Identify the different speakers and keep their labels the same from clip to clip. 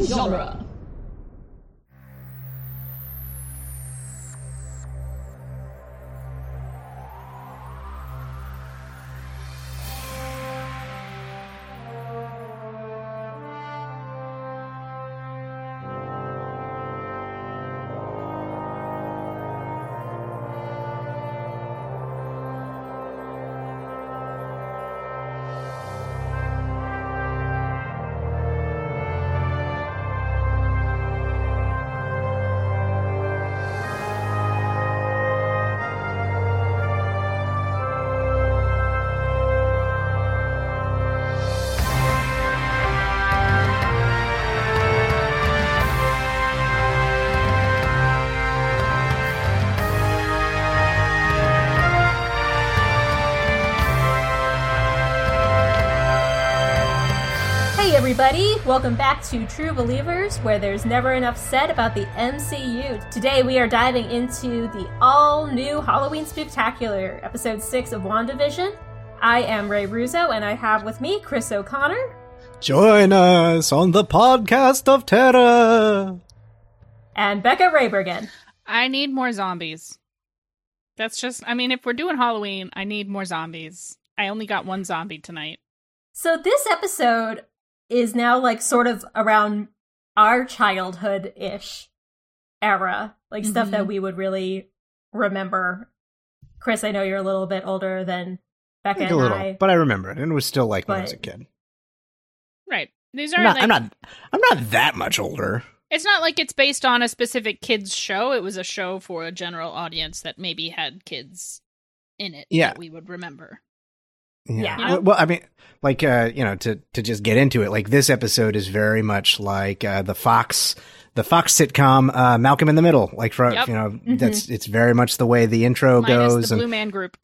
Speaker 1: genre. Hey, everybody! Welcome back to True Believers, where there's never enough said about the MCU. Today, we are diving into the all new Halloween Spectacular, episode 6 of WandaVision. I am Ray Russo, and I have with me Chris O'Connor
Speaker 2: Join us on the podcast of terror.
Speaker 1: and Becca Raybergen.
Speaker 3: I need more zombies. That's just, I mean, if we're doing Halloween, I need more zombies. I only got one zombie tonight.
Speaker 1: So, this episode is now like sort of around our childhood ish era, like stuff
Speaker 3: Mhm.
Speaker 2: Mm-hmm.
Speaker 1: that we would really remember. Chris, I know you're a little bit older than Becca
Speaker 2: Like
Speaker 1: and I.
Speaker 2: a little, but I remember it, and it was still like when I
Speaker 1: But-
Speaker 2: was a kid.
Speaker 3: Right. These are
Speaker 2: I'm not,
Speaker 3: like,
Speaker 2: I'm not, I'm not that much older.
Speaker 3: it's not like it's based on a specific kids show. It was a show for a general audience that maybe had kids in it
Speaker 2: Yeah.
Speaker 3: that we would remember.
Speaker 1: Yeah.
Speaker 2: Well- Well, I mean, like uh, you know, to to just get into it, like this episode is very much like uh, the Fox the Fox sitcom uh, Malcolm in the Middle. Like for
Speaker 3: Yep.
Speaker 2: you know, that's it's very much the way the intro
Speaker 3: Minus
Speaker 2: goes
Speaker 3: the
Speaker 2: and
Speaker 3: Blue Man Group.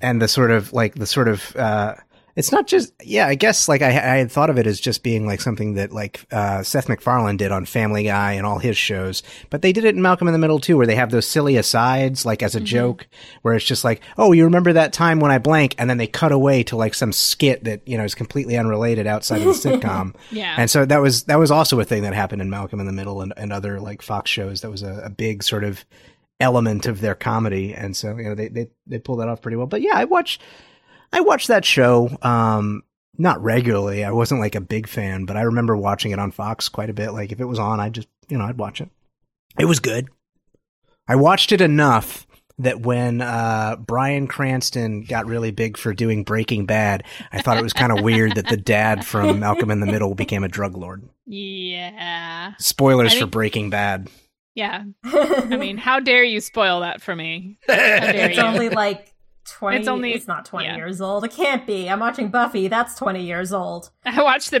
Speaker 2: and the sort of like the sort of uh it's not just yeah i guess like i, I had thought of it as just being like something that like uh, seth macfarlane did on family guy and all his shows but they did it in malcolm in the middle too where they have those silly asides like as a joke where it's just like oh you remember that time when i blank and then they cut away to like some skit that you know is completely unrelated outside of the sitcom
Speaker 3: Yeah.
Speaker 2: and so that was that was also a thing that happened in malcolm in the middle and, and other like fox shows that was a, a big sort of element of their comedy and so you know they, they they pull that off pretty well but yeah i watch i watch that show um not regularly i wasn't like a big fan but i remember watching it on fox quite a bit like if it was on i just you know i'd watch it it was good i watched it enough that when uh, Brian Cranston got really big for doing Breaking Bad, I thought it was kind of weird that the dad from Malcolm in the Middle became a drug lord.
Speaker 3: yeah.
Speaker 2: Spoilers
Speaker 3: I
Speaker 2: for
Speaker 3: think-
Speaker 2: Breaking Bad.
Speaker 3: Yeah. I mean, how dare you spoil that for me? How dare
Speaker 1: it's
Speaker 3: you?
Speaker 1: only like 20 it's
Speaker 3: It's only-
Speaker 1: not 20
Speaker 3: yeah.
Speaker 1: years old it can't be i'm watching buffy that's 20 years old
Speaker 3: I watched the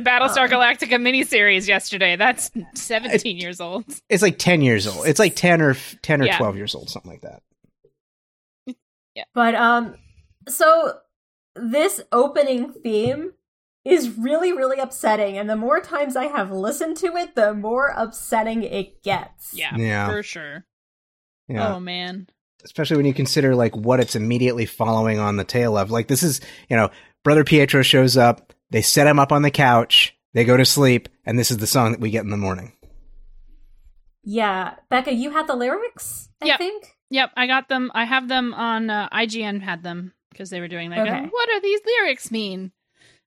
Speaker 1: Um.
Speaker 3: Battlestar Galactica miniseries yesterday. That's 17 years old.
Speaker 2: It's like ten years old. It's like ten or f- ten or
Speaker 3: Yeah.
Speaker 2: twelve years old, something like that.
Speaker 1: but um so this opening theme is really really upsetting and the more times i have listened to it the more upsetting it gets
Speaker 3: Yeah.
Speaker 2: Yeah.
Speaker 3: For sure.
Speaker 2: Yeah,
Speaker 3: Oh, man.
Speaker 2: especially when you consider like what it's immediately following on the tail of. Like this is, you know, brother Pietro shows up. They set him up on the couch. They go to sleep, and this is the song that we get in the morning.
Speaker 1: yeah becca you had the lyrics i
Speaker 3: Yep.
Speaker 1: think
Speaker 3: Yep, I got them. I have them on uh, IGN had them because they were doing like,
Speaker 1: Okay.
Speaker 3: what are these lyrics mean?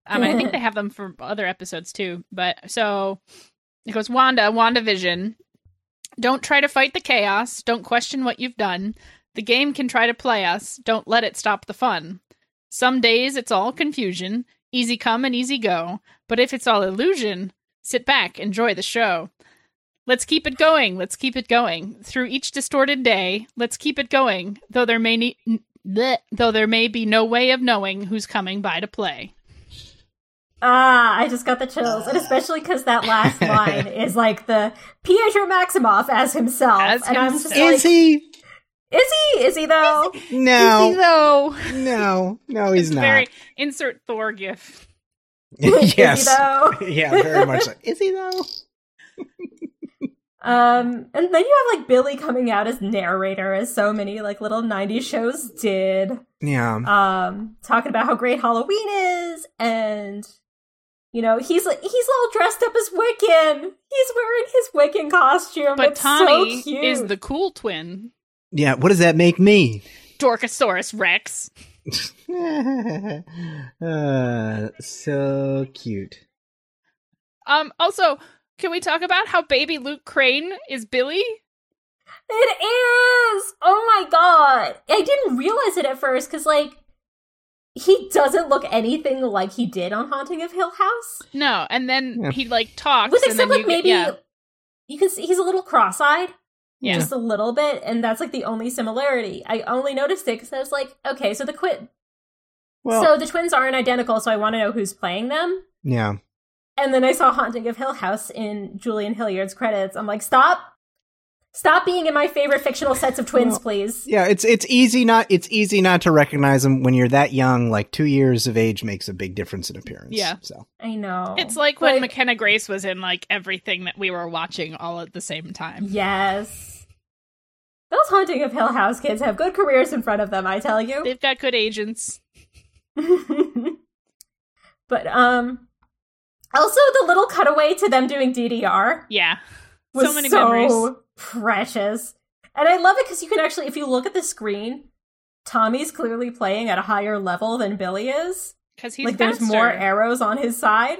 Speaker 3: Um, I think they have them for other episodes too. But so it goes Wanda, WandaVision. Don't try to fight the chaos. Don't question what you've done. The game can try to play us. Don't let it stop the fun. Some days it's all confusion, easy come and easy go. But if it's all illusion, sit back, enjoy the show. Let's keep it going. Let's keep it going through each distorted day. Let's keep it going, though there may ne- n- bleh, though there may be no way of knowing who's coming by to play.
Speaker 1: Ah, I just got the chills, and especially because that last line is like the Pietro Maximoff as himself,
Speaker 3: As
Speaker 1: and I'm
Speaker 3: himself.
Speaker 1: just
Speaker 2: Is
Speaker 1: like,
Speaker 2: he?
Speaker 1: is he? Is he though?
Speaker 2: No,
Speaker 3: though
Speaker 2: no, no, he's
Speaker 3: It's
Speaker 2: not.
Speaker 3: Very insert Thor gif.
Speaker 1: Is he
Speaker 2: yes,
Speaker 1: though?
Speaker 2: yeah, very much. So. Is he though?
Speaker 1: Um, and then you have like Billy coming out as narrator, as so many like little '90s shows did.
Speaker 2: Yeah.
Speaker 1: Um, talking about how great Halloween is, and You know, he's he's all dressed up as Wiccan. He's wearing his Wiccan costume.
Speaker 3: But
Speaker 1: it's
Speaker 3: Tommy
Speaker 1: so cute.
Speaker 3: is the cool twin.
Speaker 2: Yeah, what does that make me?
Speaker 3: Dorkasaurus Rex.
Speaker 2: uh, so cute.
Speaker 3: Um. Also, can we talk about how baby Luke Crane is Billy?
Speaker 1: It is! Oh my god! I didn't realize it at first because, like, he doesn't look anything like he did on Haunting of Hill House.
Speaker 3: No. And then
Speaker 2: Yeah.
Speaker 3: he like talks.
Speaker 1: With
Speaker 3: and
Speaker 1: except,
Speaker 3: then
Speaker 1: like,
Speaker 3: you get-
Speaker 1: maybe
Speaker 3: yeah.
Speaker 1: you can see he's a little cross eyed.
Speaker 3: Yeah.
Speaker 1: Just a little bit, and that's like the only similarity. I only noticed it because I was like, okay, so the quit.
Speaker 2: Well,
Speaker 1: so the twins aren't identical, so I want to know who's playing them.
Speaker 2: yeah.
Speaker 1: And then I saw Haunting of Hill House in Julian Hilliard's credits. I'm like, stop. Stop being in my favorite fictional sets of twins,
Speaker 2: Well,
Speaker 1: please.
Speaker 2: Yeah, it's it's easy not it's easy not to recognize them when you're that young. Like 2 years of age makes a big difference in appearance.
Speaker 3: Yeah.
Speaker 2: So,
Speaker 1: I know.
Speaker 3: It's like when
Speaker 1: But-
Speaker 3: McKenna Grace was in like everything that we were watching all at the same time.
Speaker 1: Yes. Those Haunting of Hill House kids have good careers in front of them, I tell you.
Speaker 3: They've got good agents.
Speaker 1: but um also the little cutaway to them doing DDR
Speaker 3: Yeah.
Speaker 1: was
Speaker 3: so many
Speaker 1: so
Speaker 3: memories.
Speaker 1: precious. And I love it because you can actually if you look at the screen, Tommy's clearly playing at a higher level than Billy is.
Speaker 3: Because he's
Speaker 1: like
Speaker 3: faster.
Speaker 1: there's more arrows on his side.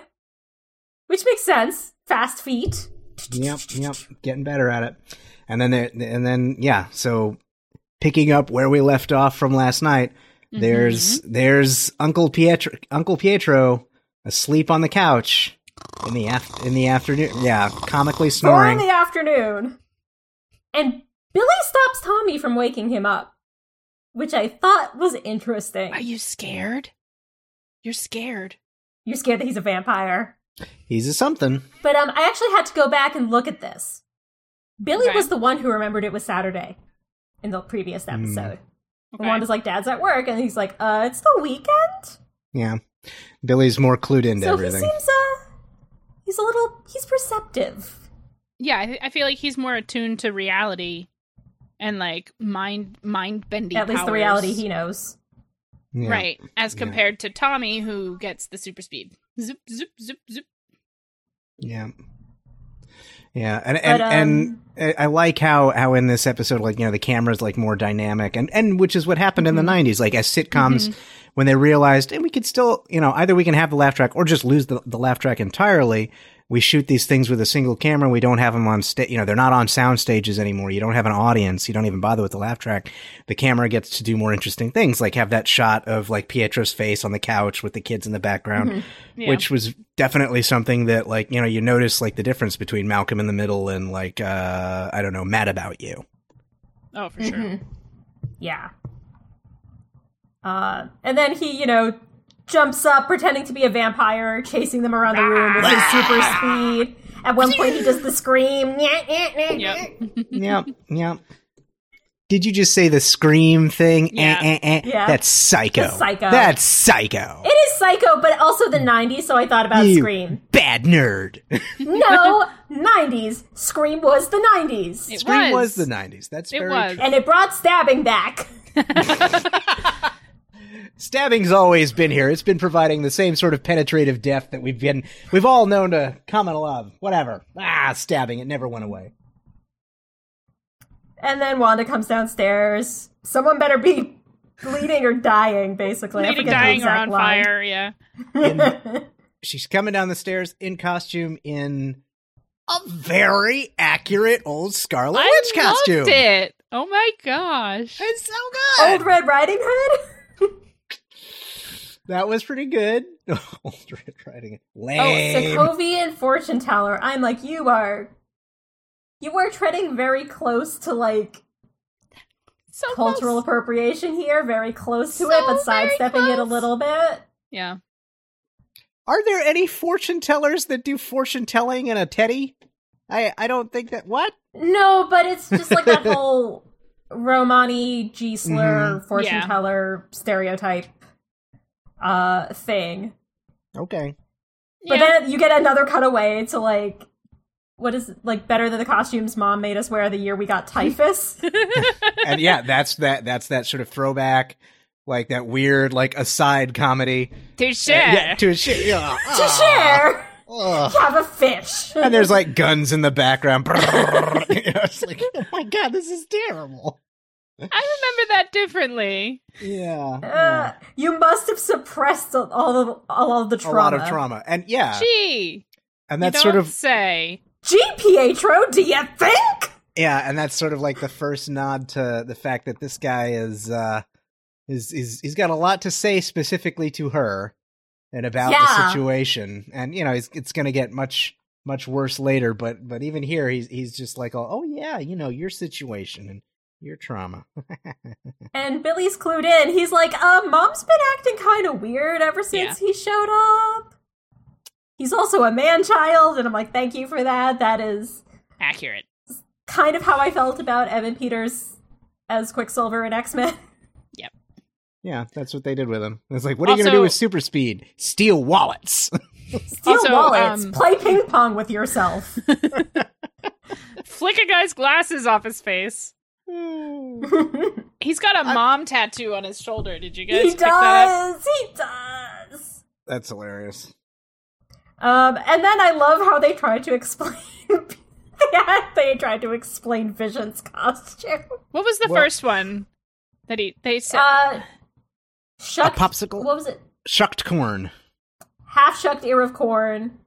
Speaker 1: Which makes sense. Fast feet.
Speaker 2: yep, yep, getting better at it. And then there and then yeah, so picking up where we left off from last night,
Speaker 1: Mm-hmm.
Speaker 3: Mhm.
Speaker 2: there's there's Uncle Pietro Uncle Pietro asleep on the couch in the af- in the afternoon. Yeah, comically
Speaker 1: Four in
Speaker 2: snoring.
Speaker 1: the afternoon. And Billy stops Tommy from waking him up, which I thought was interesting.
Speaker 3: Are you scared? You're scared.
Speaker 1: You're scared that he's a vampire.
Speaker 2: He's a something.
Speaker 1: But um, I actually had to go back and look at this. Billy
Speaker 3: Okay.
Speaker 1: was the one who remembered it was Saturday in the previous
Speaker 2: Hmm.
Speaker 1: episode. And
Speaker 3: Okay.
Speaker 1: Wanda's like, Dad's at work. And he's like, uh, it's the weekend?
Speaker 2: Yeah. Billy's more clued into
Speaker 1: so
Speaker 2: everything.
Speaker 1: he seems, uh, he's a little, he's perceptive.
Speaker 3: yeah, I, th- I feel like he's more attuned to reality and like mind mind bending.
Speaker 1: At least the reality he knows.
Speaker 2: Yeah.
Speaker 3: right as
Speaker 2: Yeah.
Speaker 3: compared to Tommy, who gets the super speed. Zip zip zip zip.
Speaker 2: Yeah. Yeah, and
Speaker 1: But,
Speaker 2: and,
Speaker 1: um,
Speaker 2: and I I like how how in this episode, like you know, the camera's like more dynamic, and and which is what happened in
Speaker 1: Mm-hmm.
Speaker 2: the '90s, like as sitcoms when they realized, and we could still, you know, either we can have the laugh track or just lose the, the laugh track entirely. We shoot these things with a single camera. We don't have them on stage. You know, they're not on sound stages anymore. You don't have an audience. You don't even bother with the laugh track. The camera gets to do more interesting things, like have that shot of like Pietro's face on the couch with the kids in the background
Speaker 3: Yeah.
Speaker 2: which was definitely something that like you know you notice like the difference between Malcolm in the Middle and like uh I don't know Mad About You.
Speaker 3: oh, for sure.
Speaker 1: Mhm. Yeah. Uh, and then he, you know, jumps up pretending to be a vampire, chasing them around the room with his super speed. At one point, he does the scream.
Speaker 3: Yep.
Speaker 2: yep, yep. Did you just say the scream thing? Eh,
Speaker 3: Yeah.
Speaker 2: eh, eh.
Speaker 1: Yeah.
Speaker 2: That's psycho.
Speaker 1: That's psycho.
Speaker 2: That's psycho.
Speaker 1: It is psycho, but also the 90s, so I thought about
Speaker 2: You
Speaker 1: Scream.
Speaker 2: Bad nerd.
Speaker 1: No, 90s. Scream was the 90s.
Speaker 3: It
Speaker 2: Scream was
Speaker 3: was.
Speaker 2: the '90s. That's
Speaker 3: It
Speaker 2: very
Speaker 3: was.
Speaker 2: true.
Speaker 1: and it brought stabbing back.
Speaker 2: Stabbing's always been here. It's been providing the same sort of penetrative death that we've been we've all known to come and love. Whatever. Ah, stabbing. It never went away.
Speaker 1: And then Wanda comes downstairs. Someone better be bleeding or dying, basically. I
Speaker 3: Bleeding,
Speaker 1: forget the
Speaker 3: dying, or
Speaker 1: exact
Speaker 3: on
Speaker 1: line.
Speaker 3: fire. Yeah.
Speaker 2: in- she's coming down the stairs in costume in a very accurate old Scarlet
Speaker 3: I
Speaker 2: Witch costume.
Speaker 3: loved it. Oh my gosh.
Speaker 2: It's so good.
Speaker 1: Old Red Riding Hood?
Speaker 2: that was pretty good. Oh, old Red Riding Hood.
Speaker 1: Oh,
Speaker 2: Lame.
Speaker 1: Sokovian fortune teller. I'm like, you are. You are treading very close to like
Speaker 3: So
Speaker 1: cultural
Speaker 3: close.
Speaker 1: appropriation here, very close to
Speaker 3: So
Speaker 1: it, but
Speaker 3: very
Speaker 1: sidestepping it a
Speaker 3: close.
Speaker 1: little bit.
Speaker 3: Yeah.
Speaker 2: Are there any fortune tellers that do fortune telling in a teddy? I I don't think that. What?
Speaker 1: No, but it's just like that whole Romani Geisler
Speaker 2: Mm-hmm.
Speaker 1: fortune
Speaker 3: Yeah.
Speaker 1: teller stereotype uh thing.
Speaker 2: Okay.
Speaker 1: But
Speaker 3: Yeah.
Speaker 1: then you get another cutaway to like what is like better than the costumes mom made us wear the year we got typhus.
Speaker 2: And yeah, that's that. That's that sort of throwback. like that weird like aside comedy.
Speaker 3: To share.
Speaker 2: Yeah, to share. Yeah. Ah,
Speaker 1: To share,
Speaker 2: Ugh.
Speaker 1: have a fish.
Speaker 2: And there's like guns in the background. You know, it's like, oh my god, this is terrible.
Speaker 3: I remember that differently.
Speaker 2: Yeah,
Speaker 1: Uh, you must have suppressed all all of, all of the
Speaker 2: a
Speaker 1: trauma.
Speaker 2: lot of trauma, and yeah,
Speaker 3: Gee,
Speaker 2: and
Speaker 3: you
Speaker 2: that's
Speaker 3: don't
Speaker 2: sort of
Speaker 3: say.
Speaker 1: Gee, Pietro, do you think?
Speaker 2: yeah, and that's sort of like the first nod to the fact that this guy is uh is is he's got a lot to say specifically to her and about the
Speaker 1: Yeah.
Speaker 2: situation, and you know, it's it's gonna get much much worse later, but but even here, he's he's just like, oh yeah, you know, your situation and your trauma.
Speaker 1: And Billy's clued in. He's like, uh, mom's been acting kind of weird ever since he showed up. He's also a man child, and I'm like, thank you for that. That is
Speaker 3: Accurate.
Speaker 1: kind of how I felt about Evan Peters as Quicksilver in X Men.
Speaker 2: Yeah, that's what they did with him. It's like, what are you going to
Speaker 3: Also-
Speaker 2: do with super speed? Steal wallets.
Speaker 1: Steal
Speaker 3: Also,
Speaker 1: wallets,
Speaker 3: um,
Speaker 1: play ping pong with yourself.
Speaker 3: Flick a guy's glasses off his face. Hmm. He's got a mom tattoo on his shoulder. Did you guys
Speaker 1: he
Speaker 3: pick that up?
Speaker 1: does. He does.
Speaker 2: that's hilarious.
Speaker 1: Um, and then I love how they tried to explain. yeah, they tried to explain Vision's costume.
Speaker 3: What was the
Speaker 2: Well-
Speaker 3: first one that he they said?
Speaker 1: Uh, shucked,
Speaker 2: A popsicle?
Speaker 1: What was it?
Speaker 2: Shucked corn.
Speaker 1: Half shucked ear of corn.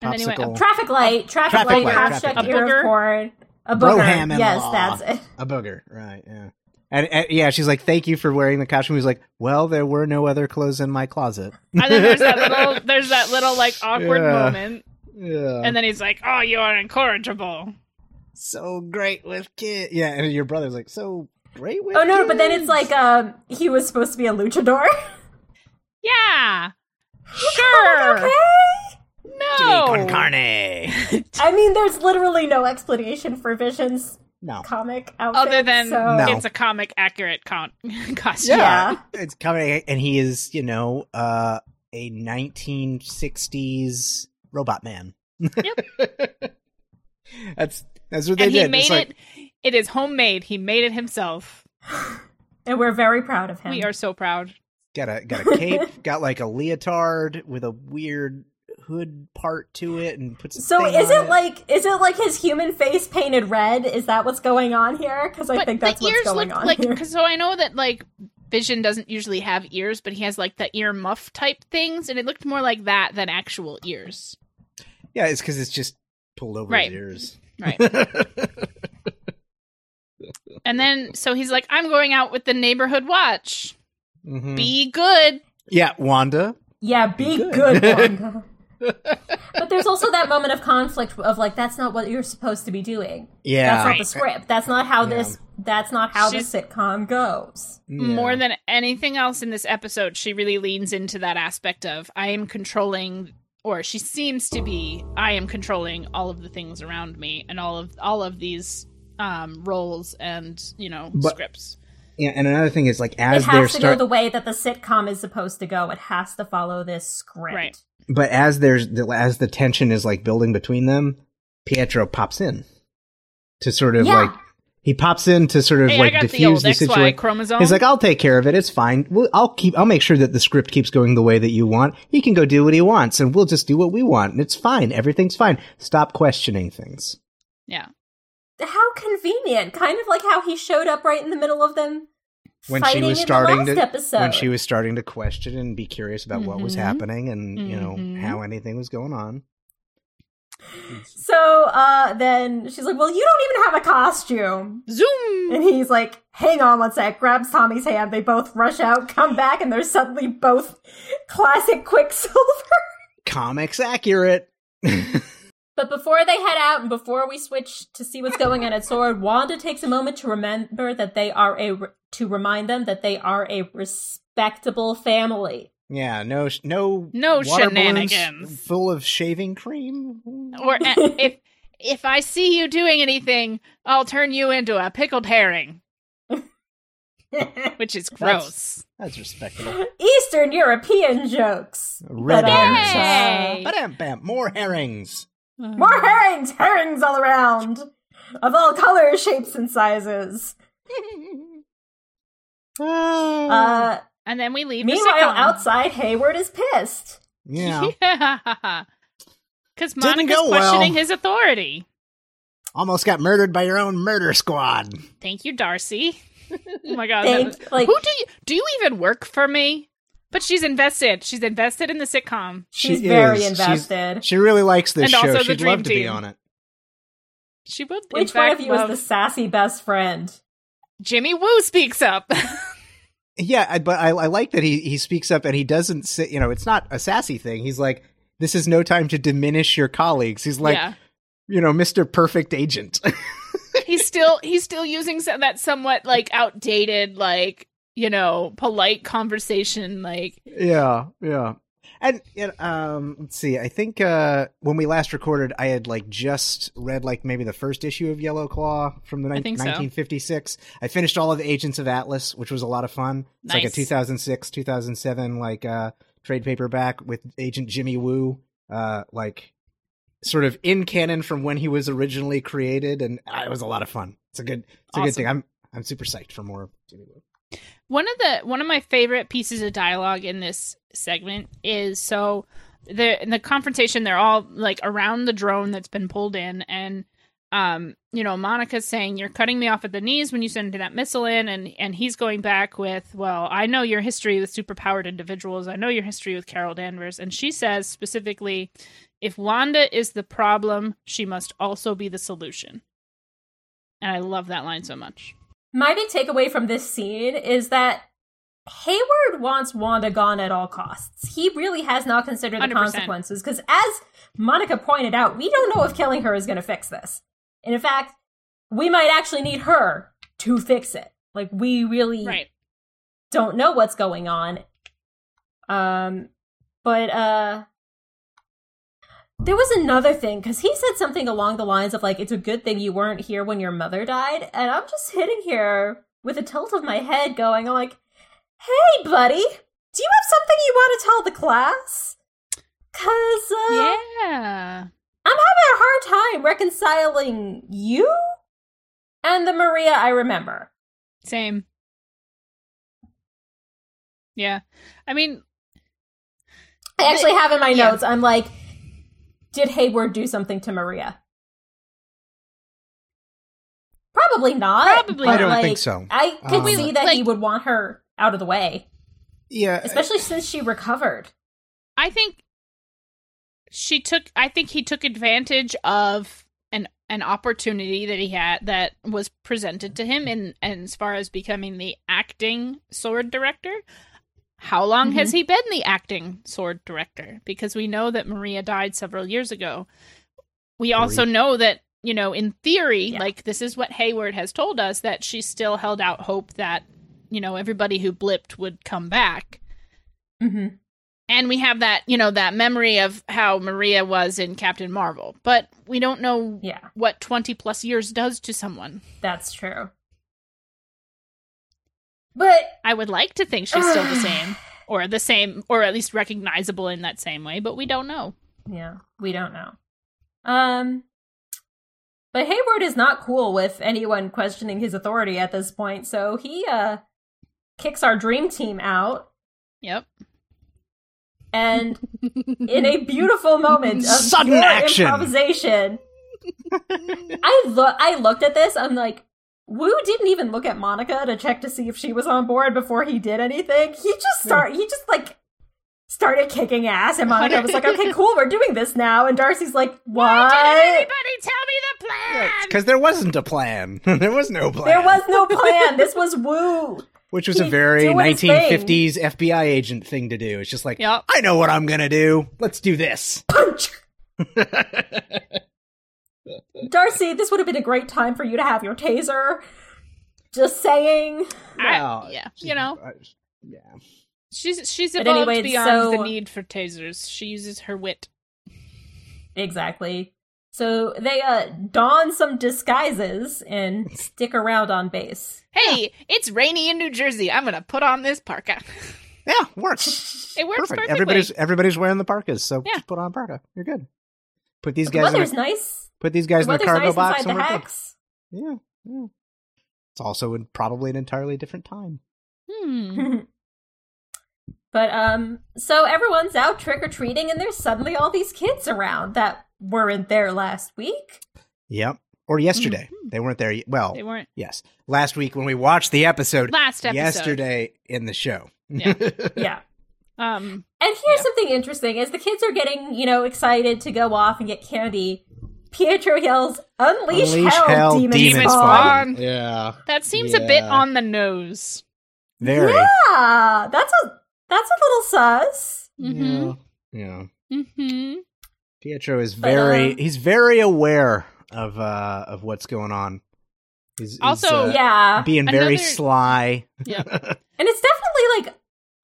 Speaker 3: And then he went,
Speaker 2: Popsicle.
Speaker 1: Traffic light. Traffic,
Speaker 2: Traffic
Speaker 1: light.
Speaker 2: light,
Speaker 1: Half
Speaker 2: traffic
Speaker 1: shucked
Speaker 3: light. A
Speaker 1: ear
Speaker 3: booger?
Speaker 1: of corn. A booger.
Speaker 2: Roham and
Speaker 1: yes,
Speaker 2: law.
Speaker 1: that's it.
Speaker 2: a booger. Right. Yeah. And, and yeah, she's like, "Thank you for wearing the costume." He's like, "Well, there were no other clothes in my closet."
Speaker 3: and then there's that little, there's that little like awkward
Speaker 2: Yeah.
Speaker 3: moment,
Speaker 2: Yeah.
Speaker 3: and then he's like, "Oh, you are incorrigible."
Speaker 2: so great with kids. Yeah, and your brother's like, "So great with."
Speaker 1: Oh no, but then
Speaker 2: kids."
Speaker 1: it's like um, he was supposed to be a luchador.
Speaker 3: Yeah, sure.
Speaker 1: okay.
Speaker 3: No,
Speaker 2: Con carne.
Speaker 1: I mean, there's literally no explanation for Vision's
Speaker 2: No.
Speaker 1: comic outfit.
Speaker 3: other than
Speaker 1: so-
Speaker 2: No.
Speaker 3: it's a comic accurate con- costume.
Speaker 1: Yeah.
Speaker 2: It's coming, and he is, you know, uh, a 1960s robot man. Yep. that's that's what they
Speaker 3: and
Speaker 2: did.
Speaker 3: he
Speaker 2: It's
Speaker 3: made
Speaker 2: like,
Speaker 3: it. It is homemade. He made it himself.
Speaker 1: and we're very proud of him.
Speaker 2: Um,
Speaker 3: We are so proud.
Speaker 2: Got a got a cape, got like a leotard with a weird hood part to it, and puts. a
Speaker 1: So
Speaker 2: thing
Speaker 1: is
Speaker 2: on
Speaker 1: it like is it like his human face painted red? Is that what's going on here? Because I
Speaker 3: but
Speaker 1: think that's
Speaker 3: the ears
Speaker 1: what's going
Speaker 3: look
Speaker 1: on
Speaker 3: like
Speaker 1: here.
Speaker 3: because so I know that like Vision doesn't usually have ears, but he has like the ear muff type things, and it looked more like that than actual ears.
Speaker 2: Yeah, it's because it's just pulled over
Speaker 3: Right.
Speaker 2: his ears.
Speaker 3: Right. and then so he's like, "I'm going out with the neighborhood watch.
Speaker 2: Mhm.
Speaker 3: Be good."
Speaker 2: yeah, Wanda.
Speaker 1: Yeah, be
Speaker 2: Good.
Speaker 1: good, Wanda. but there's also that moment of conflict of like that's not what you're supposed to be doing.
Speaker 2: Yeah,
Speaker 1: That's not the script. That's not how
Speaker 2: Yeah.
Speaker 1: this. That's not how
Speaker 3: She's-
Speaker 1: the sitcom goes.
Speaker 2: Yeah.
Speaker 3: More than anything else in this episode, she really leans into that aspect of I am controlling or she seems to be I am controlling all of the things around me and all of all of these um roles and, you know,
Speaker 2: But-
Speaker 3: scripts.
Speaker 2: Yeah, and another thing is like
Speaker 1: It
Speaker 2: as they're
Speaker 1: has to
Speaker 2: start-
Speaker 1: go the way that the sitcom is supposed to go. It has to follow this script.
Speaker 3: Right.
Speaker 2: but as there's the, as the tension is like building between them, Pietro pops in to sort of
Speaker 1: Yeah.
Speaker 2: like he pops in to sort of
Speaker 3: Hey,
Speaker 2: like
Speaker 3: I got the
Speaker 2: diffuse
Speaker 3: old
Speaker 2: the,
Speaker 3: XY
Speaker 2: situation.
Speaker 3: chromosome.
Speaker 2: He's like, "I'll take care of it. It's fine. We'll, I'll keep. I'll make sure that the script keeps going the way that you want. He can go do what he wants, and we'll just do what we want, and it's fine. Everything's fine. Stop questioning things."
Speaker 3: yeah.
Speaker 1: How convenient! Kind of like how he showed up right in the middle of them
Speaker 2: When
Speaker 1: fighting
Speaker 2: she was
Speaker 1: in
Speaker 2: starting
Speaker 1: the
Speaker 2: to
Speaker 1: last episode.
Speaker 2: when she was starting to question and be curious about what was
Speaker 3: Mhm.
Speaker 2: happening and you know
Speaker 3: Mhm.
Speaker 2: how anything was going on.
Speaker 1: So uh, then she's like, "Well, you don't even have a costume."
Speaker 3: Zoom.
Speaker 1: And he's like, "Hang on one sec." Grabs Tommy's hand. They both rush out, come back, and they're suddenly both classic Quicksilver.
Speaker 2: Comics accurate.
Speaker 1: But before they head out and before we switch to see what's going on at Sword, Wanda takes a moment to remember that they are a to remind them that they are a respectable family.
Speaker 2: Yeah, no, sh- no,
Speaker 3: No
Speaker 2: water balloons
Speaker 3: shenanigans.
Speaker 2: full of shaving cream.
Speaker 3: Or a- if if I see you doing anything, I'll turn you into a pickled herring, which is gross.
Speaker 2: That's respectable.
Speaker 1: Eastern European jokes.
Speaker 2: Red
Speaker 1: But, uh,
Speaker 2: herrings.
Speaker 3: Yay!
Speaker 2: Bam, bam, more herrings.
Speaker 1: More herrings, herrings all around, of all colors, shapes, and sizes.
Speaker 2: Ah.
Speaker 1: Uh,
Speaker 3: and then we leave. the
Speaker 1: meanwhile,
Speaker 3: sitcom.
Speaker 1: outside, Hayward is pissed.
Speaker 2: yeah,
Speaker 3: Yeah. Because
Speaker 2: Didn't
Speaker 3: Monica's
Speaker 2: go well.
Speaker 3: questioning his authority.
Speaker 2: almost got murdered by your own murder squad.
Speaker 3: Thank you, Darcy. oh my god. that was-
Speaker 1: Thank, like,
Speaker 3: Who do you do you even work for me? But she's invested. She's invested in the sitcom.
Speaker 1: she's
Speaker 2: She
Speaker 1: very
Speaker 2: is. She's-
Speaker 1: invested.
Speaker 2: She really likes this
Speaker 3: And
Speaker 2: show.
Speaker 3: also the
Speaker 2: She'd
Speaker 3: Dream
Speaker 2: love to be
Speaker 3: Team.
Speaker 2: on it.
Speaker 3: She would. in
Speaker 1: Which one
Speaker 3: fact
Speaker 1: of you is
Speaker 3: love-
Speaker 1: the sassy best friend?
Speaker 3: Jimmy Woo speaks up.
Speaker 2: Yeah, I, but I, I like that he, he speaks up and he doesn't say, you know, it's not a sassy thing. He's like, this is no time to diminish your colleagues. He's like,
Speaker 3: yeah,
Speaker 2: you know, Mr. Perfect Agent.
Speaker 3: he's still he's still using some, that somewhat like outdated like you know polite conversation like
Speaker 2: yeah, yeah. And you know, um, let's see. I think uh, when we last recorded, I had like just read like maybe the first issue of Yellow Claw from the ni-
Speaker 3: I think so.
Speaker 2: 1956. I finished all of Agents of Atlas, which was a lot of fun. It's like a
Speaker 3: Nice.
Speaker 2: 2006, 2007 like uh, trade paperback with Agent Jimmy Woo, uh, like sort of in canon from when he was originally created, and uh, it was a lot of fun. It's a good, it's a
Speaker 3: Awesome.
Speaker 2: good thing. I'm I'm super psyched for more Jimmy Woo.
Speaker 3: One of the one of my favorite pieces of dialogue in this segment is so the in the confrontation they're all like around the drone that's been pulled in and um you know Monica's saying you're cutting me off at the knees when you send that missile in and and he's going back with well I know your history with superpowered individuals I know your history with Carol Danvers and she says specifically if Wanda is the problem she must also be the solution. And I love that line so much.
Speaker 1: My big takeaway from this scene is that Hayward wants Wanda gone at all costs. He really has not considered the
Speaker 3: 100%.
Speaker 1: consequences because, as Monica pointed out, we don't know if killing her is going to fix this. And in fact, we might actually need her to fix it. Like, we really
Speaker 3: Right.
Speaker 1: don't know what's going on. Um, but uh, there was another thing because he said something along the lines of like, "It's a good thing you weren't here when your mother died," and I'm just sitting here with a tilt of my head, going, "I'm like, hey, buddy, do you have something you want to tell the class?" Cause uh,
Speaker 3: Yeah.
Speaker 1: I'm having a hard time reconciling you and the Maria I remember.
Speaker 3: Same. Yeah. I mean,
Speaker 1: I actually have in my
Speaker 3: yeah.
Speaker 1: notes. I'm like, did Hayward do something to Maria? Probably not.
Speaker 3: Probably
Speaker 1: but,
Speaker 2: I don't
Speaker 1: like,
Speaker 2: think so.
Speaker 1: I could
Speaker 2: Um,
Speaker 1: see that he
Speaker 3: like-
Speaker 1: would want her out of the way,
Speaker 2: Yeah,
Speaker 1: especially since she recovered.
Speaker 3: I think she took I think he took advantage of an an opportunity that he had that was presented to him in and as far as becoming the acting sword director. How long has he been the acting sword director? Because we know that Maria died several years ago. We also know that, you know, in theory,
Speaker 1: Yeah.
Speaker 3: like this is what Hayward has told us that she still held out hope that, you know, everybody who blipped would come back
Speaker 1: Mm-hmm.
Speaker 3: and we have that you know that memory of how maria was in captain marvel but we don't know
Speaker 1: Yeah,
Speaker 3: what 20 plus years does to someone
Speaker 1: that's true. But
Speaker 3: i would like to think she's still the same or the same or at least recognizable in that same way but we don't know
Speaker 1: yeah, we don't know. Um, but Hayward is not cool with anyone questioning his authority at this point, so he uh kicks our dream team out
Speaker 3: yep
Speaker 1: And in a beautiful moment of
Speaker 2: Sudden
Speaker 1: pure
Speaker 2: action.
Speaker 1: improvisation, I look. I looked at this. I'm like, Wu didn't even look at Monica to check to see if she was on board before he did anything. He just start. He just like started kicking ass, and Monica was like, "Okay, cool, we're doing this now." And Darcy's like,
Speaker 3: didn't
Speaker 1: "What?"
Speaker 3: anybody tell me the plan
Speaker 2: because there wasn't a plan. there was no plan.
Speaker 1: There was no plan. This was Wu.
Speaker 2: which was a
Speaker 1: he
Speaker 2: very
Speaker 1: doing his
Speaker 2: 1950s FBI agent thing to do. It's just like,
Speaker 3: Yep.
Speaker 2: I know what I'm gonna do. Let's do this.
Speaker 1: Punch. Darcy, this would have been a great time for you to have your taser. Just saying.
Speaker 3: I-
Speaker 2: Well,
Speaker 3: yeah
Speaker 2: she-
Speaker 3: you know
Speaker 2: uh, yeah.
Speaker 3: she's she's
Speaker 1: But
Speaker 3: evolved
Speaker 1: anyway,
Speaker 3: beyond
Speaker 1: so-
Speaker 3: the need for tasers she uses her wit
Speaker 1: Exactly. So they uh, don some disguises and stick around on base.
Speaker 3: hey it's rainy in new jersey i'm gonna put on this parka
Speaker 2: Yeah, works.
Speaker 3: it works
Speaker 2: Perfect.
Speaker 3: perfectly
Speaker 2: Everybody's everybody's wearing the parkas, so
Speaker 3: Yeah.
Speaker 2: just put on a parka. You're good. Put these
Speaker 1: The
Speaker 2: guys in
Speaker 1: weather's
Speaker 2: a,
Speaker 1: nice.
Speaker 2: put these
Speaker 1: The
Speaker 2: guys in a
Speaker 1: weather's
Speaker 2: cargo
Speaker 1: nice
Speaker 2: box
Speaker 1: inside the
Speaker 2: and we're good.
Speaker 1: hex.
Speaker 2: Yeah, yeah. It's also in probably an entirely different time.
Speaker 3: Hmm.
Speaker 1: But um, so everyone's out trick or treating, and there's suddenly all these kids around that weren't there last week.
Speaker 2: Yep. Or yesterday.
Speaker 1: Mm-hmm.
Speaker 2: They weren't there. y- Well,
Speaker 3: They weren't
Speaker 2: yes. Last week when we watched the episode,
Speaker 3: last episode.
Speaker 2: yesterday in the show.
Speaker 3: Yeah.
Speaker 1: Yeah.
Speaker 3: Um.
Speaker 1: And here's
Speaker 3: Yeah.
Speaker 1: something interesting: as the kids are getting, you know, excited to go off and get candy, Pietro yells, "Unleash,
Speaker 2: Unleash
Speaker 1: hell, demon,
Speaker 3: demon
Speaker 1: spawn!"
Speaker 3: spawn.
Speaker 2: Yeah.
Speaker 3: That seems a bit
Speaker 2: Yeah.
Speaker 3: on the nose.
Speaker 2: Very.
Speaker 1: Yeah, Ah, that's a that's a little sus.
Speaker 3: Mm-hmm.
Speaker 2: Yeah.
Speaker 3: Mm-hmm.
Speaker 2: Pietro is
Speaker 1: But,
Speaker 2: very
Speaker 1: um,
Speaker 2: he's very aware of uh of what's going on. He's, he's,
Speaker 3: Also-
Speaker 2: uh,
Speaker 1: yeah,
Speaker 2: being very
Speaker 3: Another-
Speaker 2: sly.
Speaker 1: and it's definitely like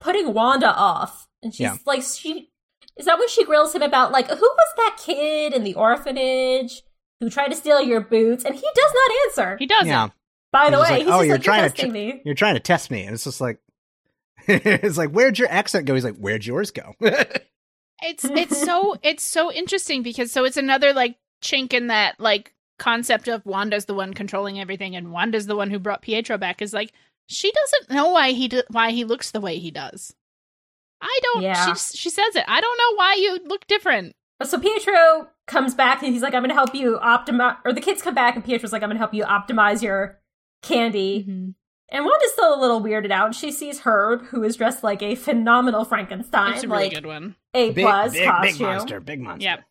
Speaker 1: putting Wanda off, and she's
Speaker 2: Yeah.
Speaker 1: like, she is that when she grills him about like who was that kid in the orphanage who tried to steal your boots, and he does not answer.
Speaker 3: He doesn't.
Speaker 2: Yeah.
Speaker 1: By the
Speaker 2: He's just
Speaker 1: way,
Speaker 2: like,
Speaker 1: he's
Speaker 2: "Oh,
Speaker 1: just
Speaker 2: you're
Speaker 1: like,
Speaker 2: trying to
Speaker 1: you're testing me.
Speaker 2: You're trying to test me and it's just like it's like where'd your accent go? He's like where'd yours go?
Speaker 3: It's it's so it's so interesting because so it's another like chink in that like concept of Wanda's the one controlling everything and Wanda's the one who brought Pietro back is like she doesn't know why he do- why he looks the way he does. I don't.
Speaker 1: Yeah.
Speaker 3: She s- she says it. I don't know why you look different.
Speaker 1: So Pietro comes back and he's like, I'm going to help you optimize. Or the kids come back and Pietro's like, I'm going to help you optimize your candy.
Speaker 3: Mm-hmm.
Speaker 1: And Wanda's still a little weirded out. and She sees Herb, who is dressed like a phenomenal Frankenstein,
Speaker 3: It's a really
Speaker 1: like
Speaker 3: good one.
Speaker 1: a
Speaker 2: big,
Speaker 1: plus
Speaker 2: big,
Speaker 1: costume.
Speaker 2: big monster, big monster.
Speaker 3: Yep.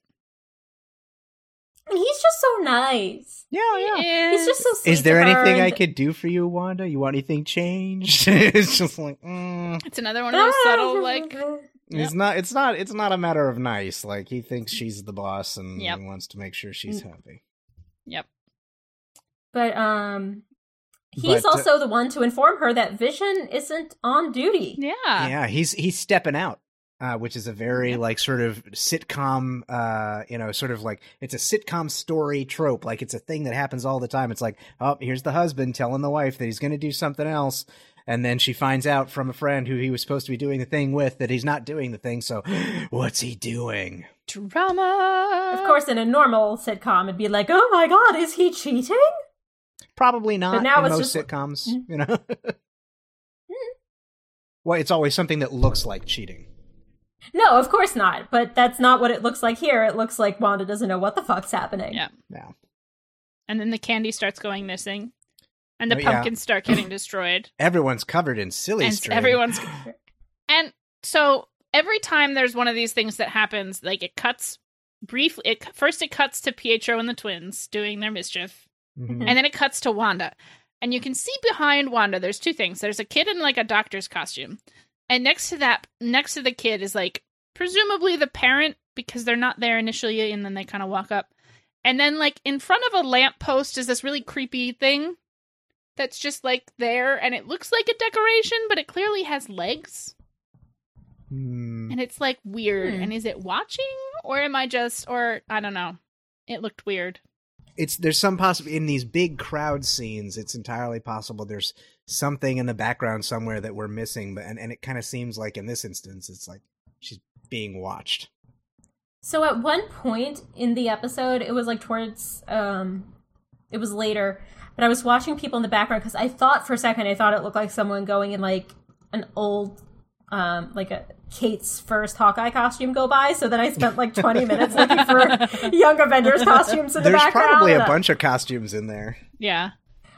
Speaker 1: And he's just so nice.
Speaker 2: Yeah, yeah.
Speaker 1: He's just so sweet.
Speaker 2: Is there
Speaker 1: to her
Speaker 2: anything I
Speaker 1: and-
Speaker 2: could do for you, Wanda? You want anything changed? it's just like mm,
Speaker 3: It's another one of those
Speaker 1: Ah,
Speaker 3: subtle like. Yep.
Speaker 2: it's not it's not it's not a matter of nice. Like he thinks she's the boss and
Speaker 3: Yep. Mm.
Speaker 2: he wants to make sure she's happy.
Speaker 1: But um, he's
Speaker 2: But, uh,
Speaker 1: also the one to inform her that Vision isn't on duty.
Speaker 3: Yeah.
Speaker 2: yeah he's he's stepping out uh, which is a very
Speaker 3: Uh. Yep.
Speaker 2: like sort of sitcom uh you know sort of like it's a sitcom story trope like it's a thing that happens all the time it's like oh here's the husband telling the wife that he's going to do something else and then she finds out from a friend who he was supposed to be doing the thing with that he's not doing the thing so what's he doing
Speaker 3: Drama.
Speaker 1: Of course, in a normal sitcom, it'd be like, oh my god, is he cheating?
Speaker 2: probably not
Speaker 1: now
Speaker 2: in
Speaker 1: it's
Speaker 2: most
Speaker 1: just- mm.
Speaker 2: sitcoms you know well it's always something that looks like cheating
Speaker 1: No, of course not. But that's not what it looks like here. It looks like Wanda doesn't know what the fuck's happening.
Speaker 3: Yeah.
Speaker 2: now
Speaker 3: And then the candy starts going missing, and the
Speaker 2: Oh, yeah.
Speaker 3: pumpkins start getting destroyed.
Speaker 2: everyone's covered in silly
Speaker 3: and
Speaker 2: string.
Speaker 3: everyone's and so every time there's one of these things that happens like it cuts briefly it first it cuts to pietro and the twins doing their mischief
Speaker 2: Mhm.
Speaker 3: and then it cuts to wanda and you can see behind wanda there's two things there's a kid in like a doctor's costume and next to that next to the kid is like presumably the parent because they're not there initially and then they kind of walk up and then like in front of a lamppost is this really creepy thing that's just like there and it looks like a decoration but it clearly has legs
Speaker 2: Hmm.
Speaker 3: and it's like weird.
Speaker 1: Hmm.
Speaker 3: And is it watching or am I just or I don't know. It looked weird.
Speaker 2: it's there's some possible in these big crowd scenes it's entirely possible there's something in the background somewhere that we're missing but and, and it kind of seems like in this instance it's like she's being watched
Speaker 1: So at one point in the episode, it was like towards, um, it was later, but I was watching people in the background because I thought for a second, I thought it looked like someone going in like an old, um, like a Kate's first Hawkeye costume go by. So then I spent like 20 minutes looking for young Avengers costumes in the
Speaker 2: there's
Speaker 1: background.
Speaker 2: probably a
Speaker 1: and I-
Speaker 2: bunch of costumes in there
Speaker 3: Yeah.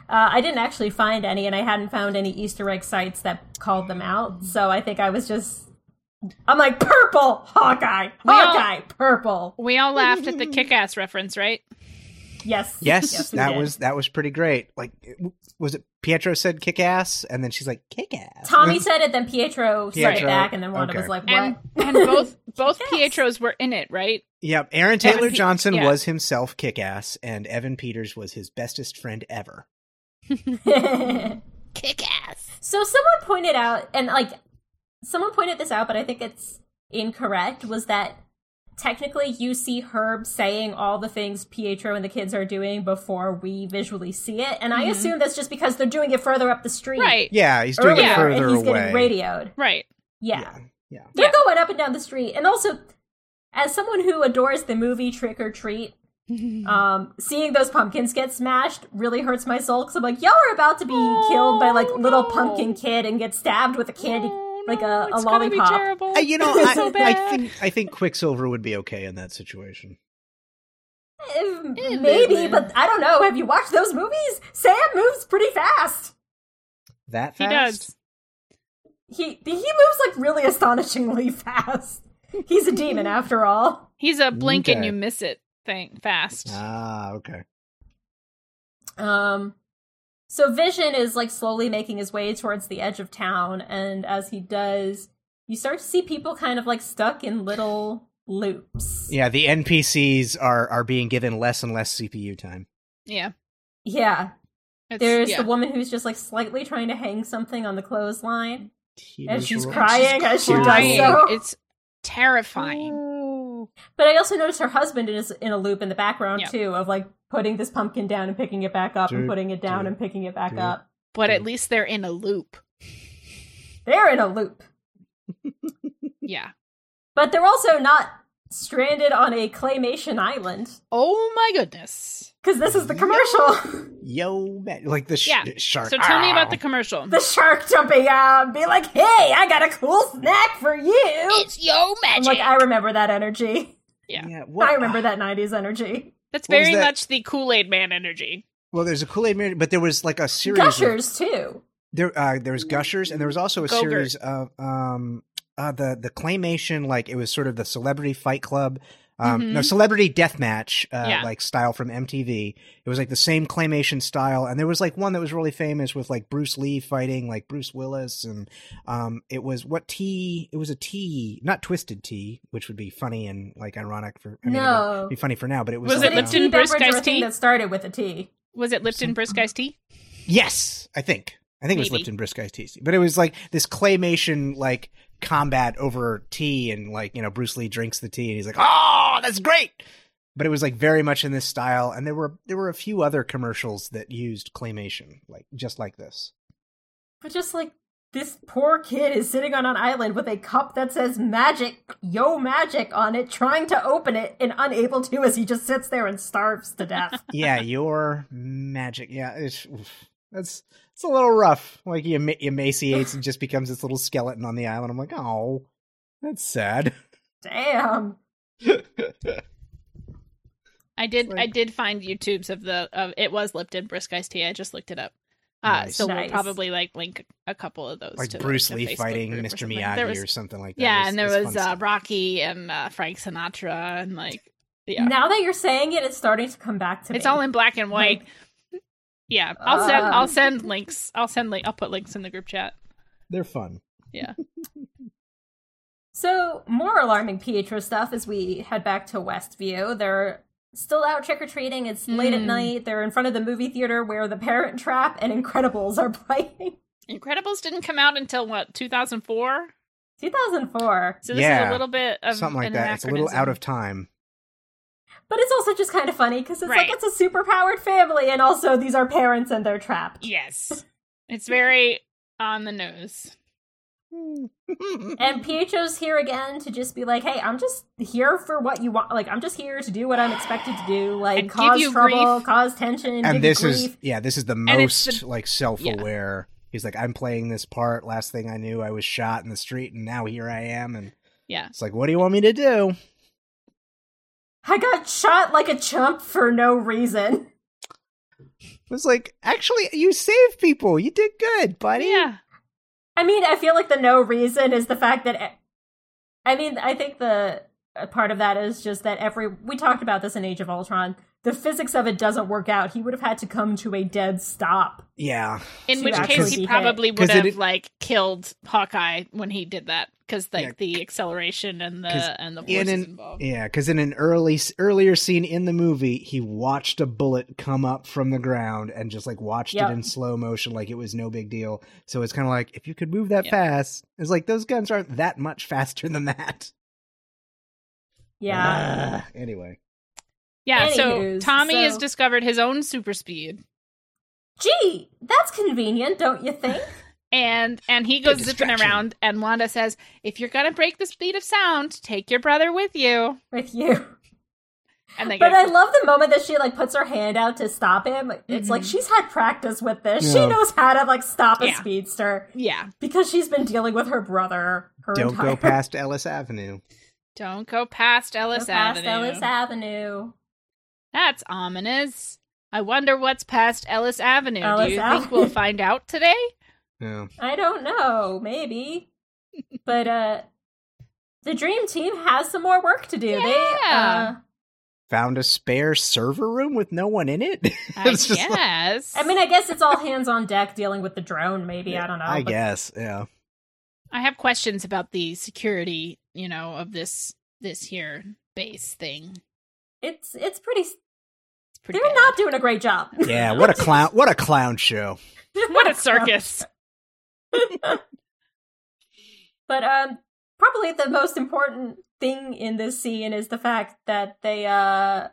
Speaker 1: Uh, I didn't actually find any, and I hadn't found any Easter egg sites that called them out. So I think I was just. I'm like, purple! Hawkeye!
Speaker 3: all-
Speaker 1: Hawkeye! Purple!
Speaker 3: We all laughed at the kick ass reference, right?
Speaker 1: Yes.
Speaker 2: yes,
Speaker 1: we
Speaker 2: that
Speaker 1: did.
Speaker 2: was that was pretty great like it- was it pietro said kick ass and then she's like kick ass
Speaker 1: Tommy said it, then Pietro, said it
Speaker 2: Pietro,
Speaker 1: back, and then Wanda
Speaker 2: okay.
Speaker 1: was like, what?
Speaker 3: And and both both
Speaker 1: Yes.
Speaker 3: Pietros were in it, right?
Speaker 2: yep aaron
Speaker 3: That was
Speaker 2: taylor
Speaker 3: the-
Speaker 2: johnson
Speaker 3: yeah.
Speaker 2: was himself kick ass and evan peters was his bestest friend ever
Speaker 3: Kick ass.
Speaker 1: so someone pointed out, and like, someone pointed this out, but I think it's incorrect, was that technically you see Herb saying all the things Pietro and the kids are doing before we visually see it. And I
Speaker 3: Mhm.
Speaker 1: assume that's just because they're doing it further up the street.
Speaker 3: Right.
Speaker 2: yeah he's doing
Speaker 1: earlier,
Speaker 2: it further
Speaker 1: Oh, and he's
Speaker 2: away
Speaker 1: getting radioed.
Speaker 3: Right.
Speaker 1: Yeah.
Speaker 2: yeah yeah
Speaker 1: They're
Speaker 3: Yeah.
Speaker 1: going up and down the street. And also, as someone who adores the movie Trick or Treat, Um, seeing those pumpkins get smashed really hurts my soul because I'm like, y'all are about to be killed by like little
Speaker 3: Oh, no.
Speaker 1: pumpkin kid and get stabbed with a candy,
Speaker 3: Oh,
Speaker 1: like
Speaker 3: no,
Speaker 1: a, a
Speaker 3: it's gonna be
Speaker 1: lollipop.
Speaker 3: terrible.
Speaker 2: Uh, you know,
Speaker 1: It's
Speaker 2: I,
Speaker 3: so
Speaker 2: I
Speaker 3: bad.
Speaker 2: think I think Quicksilver would be okay in that situation.
Speaker 1: Eh,
Speaker 3: Eh,
Speaker 1: Maybe,
Speaker 3: maybe.
Speaker 1: but I don't know. Have you watched those movies? Sam moves pretty fast.
Speaker 2: That
Speaker 3: he
Speaker 2: fast?
Speaker 3: does.
Speaker 1: He he moves like really astonishingly fast. He's a demon after all.
Speaker 3: He's a blink and
Speaker 2: Okay.
Speaker 3: you miss it thing fast.
Speaker 2: Ah, okay.
Speaker 1: Um so Vision is like slowly making his way towards the edge of town and as he does, you start to see people kind of like stuck in little loops.
Speaker 2: Yeah, the NPCs are are being given less and less CPU time.
Speaker 3: yeah.
Speaker 1: Yeah.
Speaker 3: It's-
Speaker 1: There's
Speaker 3: yeah.
Speaker 1: the woman who's just like slightly trying to hang something on the clothesline. And
Speaker 2: Tears
Speaker 1: she's
Speaker 2: roll.
Speaker 1: crying as she does
Speaker 3: Crying.
Speaker 1: so.
Speaker 3: It's terrifying.
Speaker 2: Oh.
Speaker 1: But I also noticed her husband is in a loop in the background
Speaker 3: Yep.
Speaker 1: too of like putting this pumpkin down and picking it back up and
Speaker 2: Dude,
Speaker 1: putting it down
Speaker 2: dude,
Speaker 1: and picking it back
Speaker 2: dude.
Speaker 1: up.
Speaker 3: But at least they're in a loop.
Speaker 1: They're in a loop.
Speaker 3: Yeah.
Speaker 1: But they're also not stranded on a claymation island
Speaker 3: Oh my goodness.
Speaker 1: because this is the commercial.
Speaker 2: Yo, man. Like the sh-
Speaker 3: Yeah.
Speaker 2: shark. Ah.
Speaker 3: So tell me
Speaker 2: Ow.
Speaker 3: about the commercial.
Speaker 1: the shark jumping out and be like, "Hey, I got a cool snack for you."
Speaker 3: yo
Speaker 1: I'm like, I remember that energy.
Speaker 3: Yeah.
Speaker 2: what- ah.
Speaker 1: I remember that '90s energy.
Speaker 3: That's
Speaker 2: What was
Speaker 3: very
Speaker 2: that?
Speaker 3: much the Kool Aid Man energy.
Speaker 2: Well, there's a Kool Aid Man, but there was like a series. of-
Speaker 1: Gushers too.
Speaker 2: there, uh, there was Gushers, and there was also a
Speaker 3: Mm-hmm. Go-Gurt.
Speaker 2: series of um, uh, the the claymation. Like it was sort of the Celebrity Fight Club, um, no
Speaker 3: Mhm.
Speaker 2: Celebrity Deathmatch, uh,
Speaker 3: Yeah.
Speaker 2: like style from MTV. It was like the same claymation style, and there was like one that was really famous with like Bruce Lee fighting like Bruce Willis, and um, it was what T? It was a T, not Twisted T, which would be funny and like ironic for I mean, it would
Speaker 1: no,
Speaker 2: be funny for now, but it was
Speaker 3: Was
Speaker 2: like,
Speaker 3: it
Speaker 1: a
Speaker 2: um,
Speaker 3: Lipton
Speaker 1: tea
Speaker 3: Brisk
Speaker 1: beverage or a
Speaker 3: iced
Speaker 1: thing
Speaker 3: tea?
Speaker 1: that started with a T?
Speaker 3: Was it Lipton Brisk iced tea?
Speaker 2: Yes, I think. I think it was
Speaker 3: Maybe.
Speaker 2: Lipton Brisk Iced Tea. But it was like this claymation like combat over tea and like, you know, Bruce Lee drinks the tea and he's like, "Oh, that's great." But it was like very much in this style and there were there were a few other commercials that used claymation like just like this.
Speaker 1: But just like this poor kid is sitting on an island with a cup that says magic, yo magic on it, trying to open it and unable to as he just sits there and starves to death.
Speaker 2: Yeah, your magic. Yeah, it's oof. that's it's a little rough. Like he ema- emaciates and just becomes this little skeleton on the island. I'm like, "Oh, that's sad."
Speaker 1: Damn.
Speaker 3: I did. I
Speaker 2: Like-
Speaker 3: did find YouTube's of the of it was Lipton Brisk iced tea. I just looked it up. Uh,
Speaker 2: Nice.
Speaker 3: So we'll
Speaker 1: Nice.
Speaker 3: probably like link a couple of those,
Speaker 2: like
Speaker 3: to the-
Speaker 2: Bruce
Speaker 3: the
Speaker 2: Lee
Speaker 3: Facebook
Speaker 2: fighting
Speaker 3: group or
Speaker 2: Mr.
Speaker 3: something.
Speaker 2: Miyagi
Speaker 3: There was-
Speaker 2: or something like that.
Speaker 3: yeah,
Speaker 2: It's-
Speaker 3: and there
Speaker 2: it's
Speaker 3: was
Speaker 2: fun
Speaker 3: uh,
Speaker 2: stuff.
Speaker 3: Rocky and uh, Frank Sinatra and like yeah,
Speaker 1: Now that you're saying it, it's starting to come back to me.
Speaker 3: it's all in black and white. yeah, I'll
Speaker 2: uh,
Speaker 3: send. I'll send links. I'll send. Li- I'll put links in the group chat.
Speaker 2: They're fun.
Speaker 1: So, more alarming Pietro stuff as we head back to Westview. They're still out trick or treating. It's late at
Speaker 3: Mm.
Speaker 1: night. They're in front of the movie theater where The Parent Trap and Incredibles are playing.
Speaker 3: Incredibles didn't come out until what 2004.
Speaker 1: 2004.
Speaker 3: So this is
Speaker 2: Yeah.
Speaker 3: a little bit of
Speaker 2: Something like
Speaker 3: an
Speaker 2: that. It's a little out
Speaker 3: anachronism.
Speaker 2: of time.
Speaker 1: But it's also just kind of funny because it's
Speaker 3: Right.
Speaker 1: like it's a super powered family, and also these are parents and they're trapped.
Speaker 3: Yes, it's very on the nose. Mm-hmm.
Speaker 1: And Pietro's here again to just be like, "Hey, I'm just here for what you want. Like, I'm just here to do what I'm expected to do. Like,
Speaker 3: And give
Speaker 1: cause
Speaker 3: you
Speaker 1: trouble,
Speaker 3: grief.
Speaker 1: cause tension, give you
Speaker 2: and this
Speaker 1: grief.
Speaker 2: is yeah, this is the
Speaker 3: it's
Speaker 2: most
Speaker 3: the-
Speaker 2: like self-aware. He's like, I'm playing this part. Last thing I knew, I was shot in the street, and now here I am. And
Speaker 3: Yeah.
Speaker 2: it's like, what do you want me to do?
Speaker 1: I got shot like a chump for no reason.
Speaker 2: It was like, actually, you saved people. You did good, buddy.
Speaker 3: Yeah.
Speaker 1: I mean, I feel like the no reason is the fact that. e, I mean, I think the a part of that is just that every. We talked about this in Age of Ultron. The physics of it doesn't work out. He would have had to come to a dead stop.
Speaker 2: Yeah.
Speaker 3: In
Speaker 1: to
Speaker 3: which case,
Speaker 1: actually
Speaker 3: he
Speaker 1: hit.
Speaker 3: probably would
Speaker 2: 'Cause it-
Speaker 3: have like killed Hawkeye when he did that because like
Speaker 2: Yeah.
Speaker 3: the acceleration and
Speaker 2: 'Cause
Speaker 3: the and the
Speaker 2: in
Speaker 3: forces
Speaker 2: an-
Speaker 3: involved.
Speaker 2: Yeah, because in an early earlier scene in the movie, he watched a bullet come up from the ground and just like watched
Speaker 1: Yep.
Speaker 2: it in slow motion, like it was no big deal. So it's kind of like if you could move that
Speaker 3: Yeah.
Speaker 2: fast, it's like those guns aren't that much faster than that.
Speaker 1: Yeah.
Speaker 2: Ugh. anyway,
Speaker 3: yeah. So
Speaker 1: Anywho's,
Speaker 3: Tommy has
Speaker 1: so-
Speaker 3: discovered his own super speed,
Speaker 1: Gee, that's convenient, don't you think?
Speaker 3: and and he goes zipping
Speaker 2: distraction.
Speaker 3: around. And Wanda says, "If you're gonna break the speed of sound, take your brother with you."
Speaker 1: With you.
Speaker 3: And they
Speaker 1: But
Speaker 3: go,
Speaker 1: I love the moment that she like puts her hand out to stop him. It's like she's had practice with this.
Speaker 2: Yeah.
Speaker 1: She knows how to like stop a
Speaker 3: Yeah.
Speaker 1: speedster
Speaker 3: yeah,
Speaker 1: because she's been dealing with her brother her
Speaker 2: Don't
Speaker 1: entire
Speaker 2: go past Ellis Avenue.
Speaker 3: don't go past
Speaker 1: Go
Speaker 3: Ellis
Speaker 1: past
Speaker 3: Avenue.
Speaker 1: Ellis Avenue.
Speaker 3: That's ominous. I wonder what's past Ellis Avenue.
Speaker 1: Ellis
Speaker 3: Do you
Speaker 1: Avenue.
Speaker 3: think we'll find out today?
Speaker 2: Yeah.
Speaker 1: I don't know, maybe. but uh the dream team has some more work to do. They uh,
Speaker 3: Yeah.
Speaker 2: Found a spare server room with no one in it.
Speaker 3: I
Speaker 2: It's just like-
Speaker 3: guess.
Speaker 1: uh, I mean, I guess it's all hands on deck dealing with the drone. Maybe I don't know.
Speaker 2: I
Speaker 1: but-
Speaker 2: guess. Yeah.
Speaker 3: I have questions about the security, you know, of this this here base thing.
Speaker 1: it's it's pretty. s-
Speaker 3: It's pretty.
Speaker 1: they're
Speaker 3: bad.
Speaker 1: not doing a great job.
Speaker 2: Yeah. What a clown! What a clown show.
Speaker 3: What a circus!
Speaker 1: but um, probably the most important thing in this scene is the fact that they uh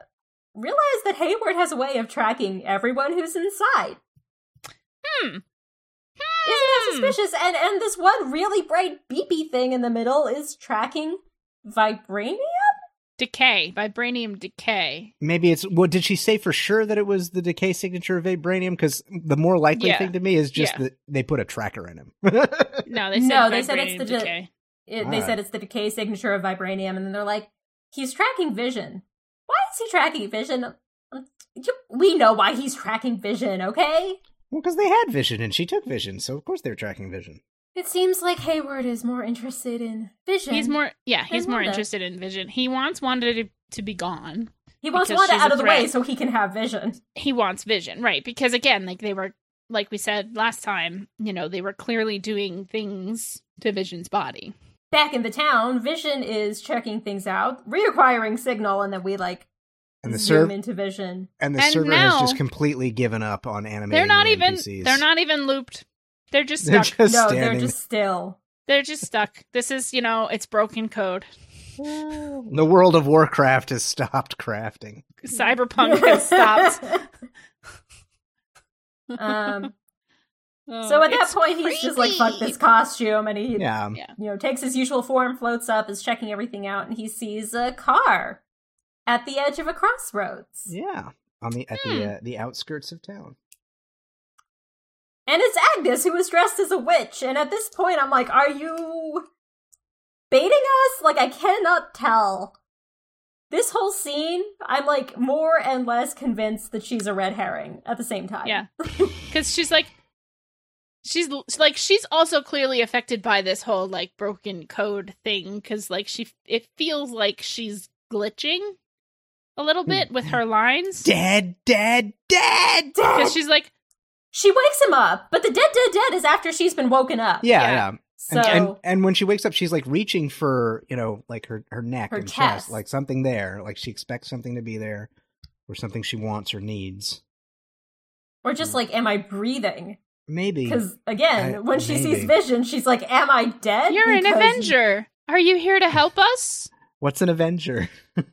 Speaker 1: realize that Hayward has a way of tracking everyone who's inside.
Speaker 3: Hmm.
Speaker 1: Isn't
Speaker 3: Hmm.
Speaker 1: that suspicious? And and this one really bright beepy thing in the middle is tracking vibranium.
Speaker 3: Decay, vibranium decay.
Speaker 2: Maybe it's what did she say for sure that it was the decay signature of vibranium? Because the more likely
Speaker 3: Yeah.
Speaker 2: thing to me is just
Speaker 3: Yeah.
Speaker 2: that they put a tracker in him.
Speaker 3: No, they said
Speaker 1: No,
Speaker 3: no.
Speaker 1: they said it's the de-
Speaker 3: decay.
Speaker 1: It, they
Speaker 2: Ah.
Speaker 1: said it's the decay signature of vibranium, and then they're like, he's tracking vision. Why is he tracking vision? Um, you- We know why he's tracking vision, okay?
Speaker 2: well, because they had vision and she took vision, so of course they were tracking vision.
Speaker 1: It seems like Hayward is more interested in vision.
Speaker 3: He's more. Yeah,
Speaker 1: They
Speaker 3: he's more
Speaker 1: want it.
Speaker 3: interested in vision. He wants Wanda to, to be gone.
Speaker 1: he wants
Speaker 3: because
Speaker 1: Wanda
Speaker 3: she's
Speaker 1: out
Speaker 3: a
Speaker 1: of the way
Speaker 3: threat.
Speaker 1: so he can have vision.
Speaker 3: he wants vision right because again like they were like we said last time you know they were clearly doing things to vision's body
Speaker 1: Back in the town, Vision is checking things out, reacquiring signal, and then we like
Speaker 2: And the
Speaker 1: zoom
Speaker 2: server
Speaker 1: into Vision.
Speaker 2: and the
Speaker 3: And
Speaker 2: server
Speaker 3: now-
Speaker 2: has just completely given up on animating.
Speaker 3: they're not
Speaker 2: the
Speaker 3: even
Speaker 2: NPCs.
Speaker 3: they're not even looped they're just
Speaker 2: They're
Speaker 3: stuck
Speaker 2: just
Speaker 1: no, they're
Speaker 2: standing.
Speaker 1: just still.
Speaker 3: they're just stuck this is you know it's broken code
Speaker 2: The world of Warcraft has stopped crafting.
Speaker 3: cyberpunk has stopped
Speaker 1: um,
Speaker 3: Oh,
Speaker 1: so at that
Speaker 3: it's
Speaker 1: point, he's just like, "Fuck
Speaker 3: creepy.
Speaker 1: this costume," and he
Speaker 2: Yeah.
Speaker 1: you know, takes his usual form, floats up, is checking everything out, and he sees a car at the edge of a crossroads.
Speaker 2: Yeah, on the at
Speaker 3: Hmm.
Speaker 2: the uh, the outskirts of town.
Speaker 1: And it's Agnes who is dressed as a witch. And at this point, I'm like, are you baiting us? Like, I cannot tell. This whole scene, I'm like more and less convinced that she's a red herring at the same time.
Speaker 3: yeah because she's like she's l- like she's also clearly affected by this whole like broken code thing because like she it feels like she's glitching a little bit with her lines
Speaker 2: Dead, dead,
Speaker 1: Dead!
Speaker 2: dead.
Speaker 3: because she's like
Speaker 1: She wakes him up, but the dead, dead, dead is after she's been woken up.
Speaker 2: Yeah,
Speaker 3: Yeah.
Speaker 2: yeah.
Speaker 1: So,
Speaker 2: And, and and when she wakes up, she's like reaching for you know like her her neck
Speaker 1: Her
Speaker 2: and
Speaker 1: chest.
Speaker 2: chest, like something there, like she expects something to be there, or something she wants or needs.
Speaker 1: or just like, am I breathing?
Speaker 2: Maybe
Speaker 1: Because again,
Speaker 2: I-
Speaker 1: when she sees
Speaker 2: maybe.
Speaker 1: vision, she's like, am I dead?
Speaker 3: You're an
Speaker 1: Because-
Speaker 3: Avenger. Are you here to help us?
Speaker 2: what's an Avenger?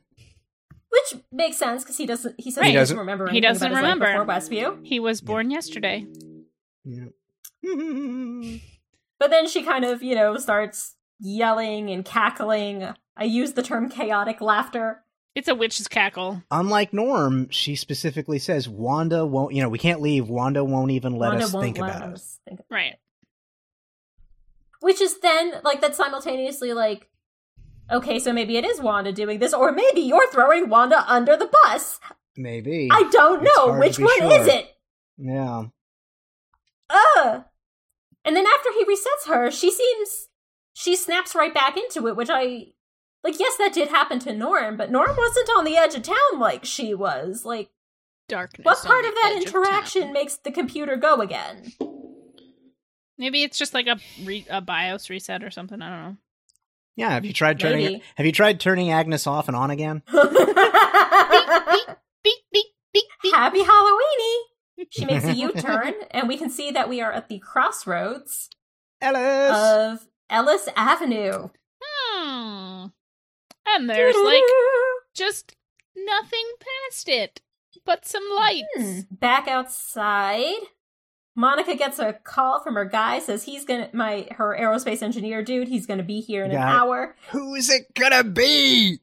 Speaker 1: Which makes sense because he doesn't. He says
Speaker 3: Right.
Speaker 1: he
Speaker 2: He
Speaker 1: doesn't
Speaker 2: doesn't-
Speaker 1: remember.
Speaker 3: he
Speaker 1: anything about
Speaker 3: doesn't
Speaker 1: his life
Speaker 3: remember.
Speaker 1: before Westview.
Speaker 3: He was born yesterday.
Speaker 2: yeah.
Speaker 1: But then she kind of, you know, starts yelling and cackling. I use the term chaotic laughter.
Speaker 3: It's a witch's cackle.
Speaker 2: Unlike Norm, she specifically says Wanda won't. You know, we can't leave. Wanda won't even let
Speaker 1: Wanda
Speaker 2: us
Speaker 1: won't
Speaker 2: think
Speaker 1: let
Speaker 2: about it.
Speaker 1: us think-
Speaker 3: Right.
Speaker 1: Which is then like that's simultaneously like, okay, so maybe it is Wanda doing this, or maybe you're throwing Wanda under the bus.
Speaker 2: Maybe.
Speaker 1: I don't
Speaker 2: It's
Speaker 1: know
Speaker 2: hard
Speaker 1: which
Speaker 2: to be
Speaker 1: one
Speaker 2: sure.
Speaker 1: is it.
Speaker 2: yeah.
Speaker 1: Ugh. And then after he resets her, she seems she snaps right back into it, which I like. Yes, that did happen to Norm, but Norm wasn't on the edge of town like she was. Like.
Speaker 3: Darkness.
Speaker 1: What part
Speaker 3: on
Speaker 1: of
Speaker 3: the
Speaker 1: that
Speaker 3: edge
Speaker 1: interaction
Speaker 3: town.
Speaker 1: makes the computer go again?
Speaker 3: Maybe it's just like a re- a BIOS reset or something. I don't know.
Speaker 2: Yeah. Have you tried turning?
Speaker 1: Maybe.
Speaker 2: Have you tried turning Agnes off and on again?
Speaker 1: Happy
Speaker 3: Beep beep beep beep.
Speaker 1: Halloweeny! She makes a U turn, and we can see that we are at the crossroads
Speaker 2: Ellis.
Speaker 1: of Ellis Avenue.
Speaker 3: Hmm. And there's like just nothing past it, but some lights.
Speaker 1: Hmm. Back outside, Monica gets a call from her guy. Says he's gonna my her aerospace engineer dude. He's gonna be here in an
Speaker 2: Guy.
Speaker 1: hour.
Speaker 2: Who's it gonna be?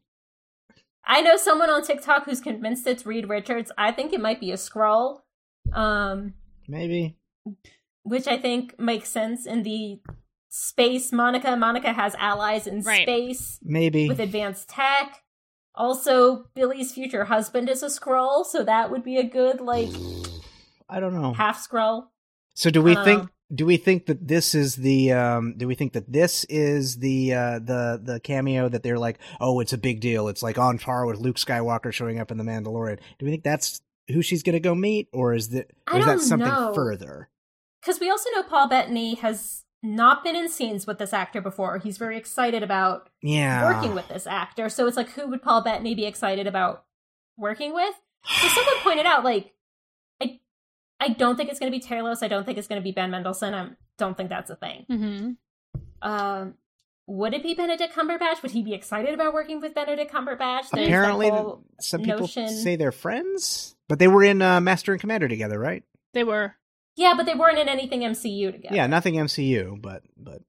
Speaker 1: I know someone on TikTok who's convinced it's Reed Richards. I think it might be a scroll. Um,
Speaker 2: Maybe.
Speaker 1: which I think makes sense in the space Monica. Monica has allies in
Speaker 3: Right.
Speaker 1: space
Speaker 2: Maybe.
Speaker 1: with advanced tech. Also, Billy's future husband is a scroll, so that would be a good like
Speaker 2: I don't know.
Speaker 1: half scroll.
Speaker 2: So do we
Speaker 1: I don't
Speaker 2: think
Speaker 1: know.
Speaker 2: do we think that this is the um do we think that this is the uh the the cameo that they're like, "Oh, it's a big deal. It's like on par with Luke Skywalker showing up in The Mandalorian." Do we think that's who she's going to go meet or is that
Speaker 1: I
Speaker 2: or is that
Speaker 1: don't
Speaker 2: something
Speaker 1: know.
Speaker 2: further?
Speaker 1: Because we also know Paul Bettany has not been in scenes with this actor before. He's very excited about
Speaker 2: Yeah.
Speaker 1: working with this actor. So it's like, who would Paul Bettany be excited about working with? So someone pointed out, like, I, I don't think it's going to be Talos. I don't think it's going to be Ben Mendelsohn. I don't think that's a thing.
Speaker 3: Mm-hmm.
Speaker 1: Um, would it be Benedict Cumberbatch? Would he be excited about working with Benedict Cumberbatch? There's that
Speaker 2: Apparently
Speaker 1: whole-
Speaker 2: some people
Speaker 1: notion-
Speaker 2: say they're friends, but they were in uh, Master and Commander together, right?
Speaker 3: They were.
Speaker 1: yeah, but they weren't in anything MCU together.
Speaker 2: Yeah, nothing MCU, but but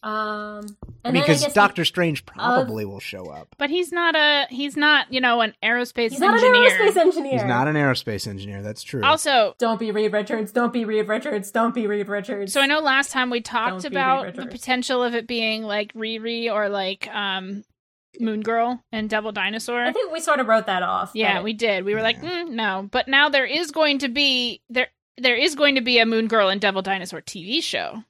Speaker 1: Um,
Speaker 2: I
Speaker 1: and
Speaker 2: mean
Speaker 1: then I
Speaker 2: cuz
Speaker 1: guess
Speaker 2: Doctor Strange probably will show up.
Speaker 3: But he's not a he's not, you know, an aerospace
Speaker 1: He, he's not an
Speaker 3: engineer.
Speaker 1: aerospace engineer.
Speaker 2: He's not an aerospace engineer, that's true.
Speaker 3: Also,
Speaker 1: Don't be Reed Richards. Don't be Reed Richards. Don't be Reed Richards.
Speaker 3: so I know last time we
Speaker 1: Don't
Speaker 3: talked
Speaker 1: be
Speaker 3: about
Speaker 1: Reed
Speaker 3: the
Speaker 1: Richards.
Speaker 3: potential of it being like Riri or like um Moon Girl and Devil Dinosaur.
Speaker 1: I think we sort of wrote that off.
Speaker 3: yeah,
Speaker 1: but-
Speaker 3: we did. We were like,
Speaker 2: Yeah.
Speaker 3: mm, no. But now there is going to be there there is going to be a Moon Girl and Devil Dinosaur TV show.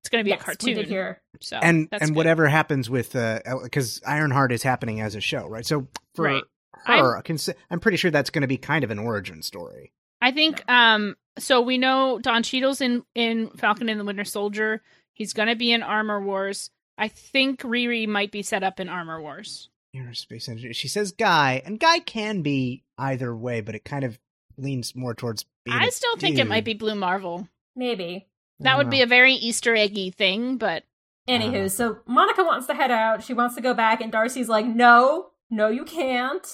Speaker 3: It's going to be
Speaker 1: Yes,
Speaker 3: a
Speaker 1: We
Speaker 3: cartoon.
Speaker 1: did hear.
Speaker 3: So
Speaker 2: and
Speaker 3: Oh, that's
Speaker 2: and
Speaker 3: good.
Speaker 2: whatever happens with because Ironheart is happening as a show, right? So for
Speaker 3: Right.
Speaker 2: her, I'm, I'm pretty sure that's going to be kind of an origin story.
Speaker 3: I think um so we know Don Cheadle's in in Falcon and the Winter Soldier. He's going to be in Armor Wars. I think Riri might be set up in Armor Wars.
Speaker 2: Aerospace engineer. She says guy, and guy can be either way, but it kind of leans more towards. Being
Speaker 3: I
Speaker 2: a
Speaker 3: still think it
Speaker 2: dude.
Speaker 3: might be Blue Marvel.
Speaker 1: Maybe.
Speaker 2: I
Speaker 3: That
Speaker 2: don't
Speaker 3: would be
Speaker 2: know.
Speaker 3: a very Easter eggy thing, but
Speaker 1: Anywho,
Speaker 2: Uh.
Speaker 1: so Monica wants to head out. She wants to go back, and Darcy's like, "No, no, you can't."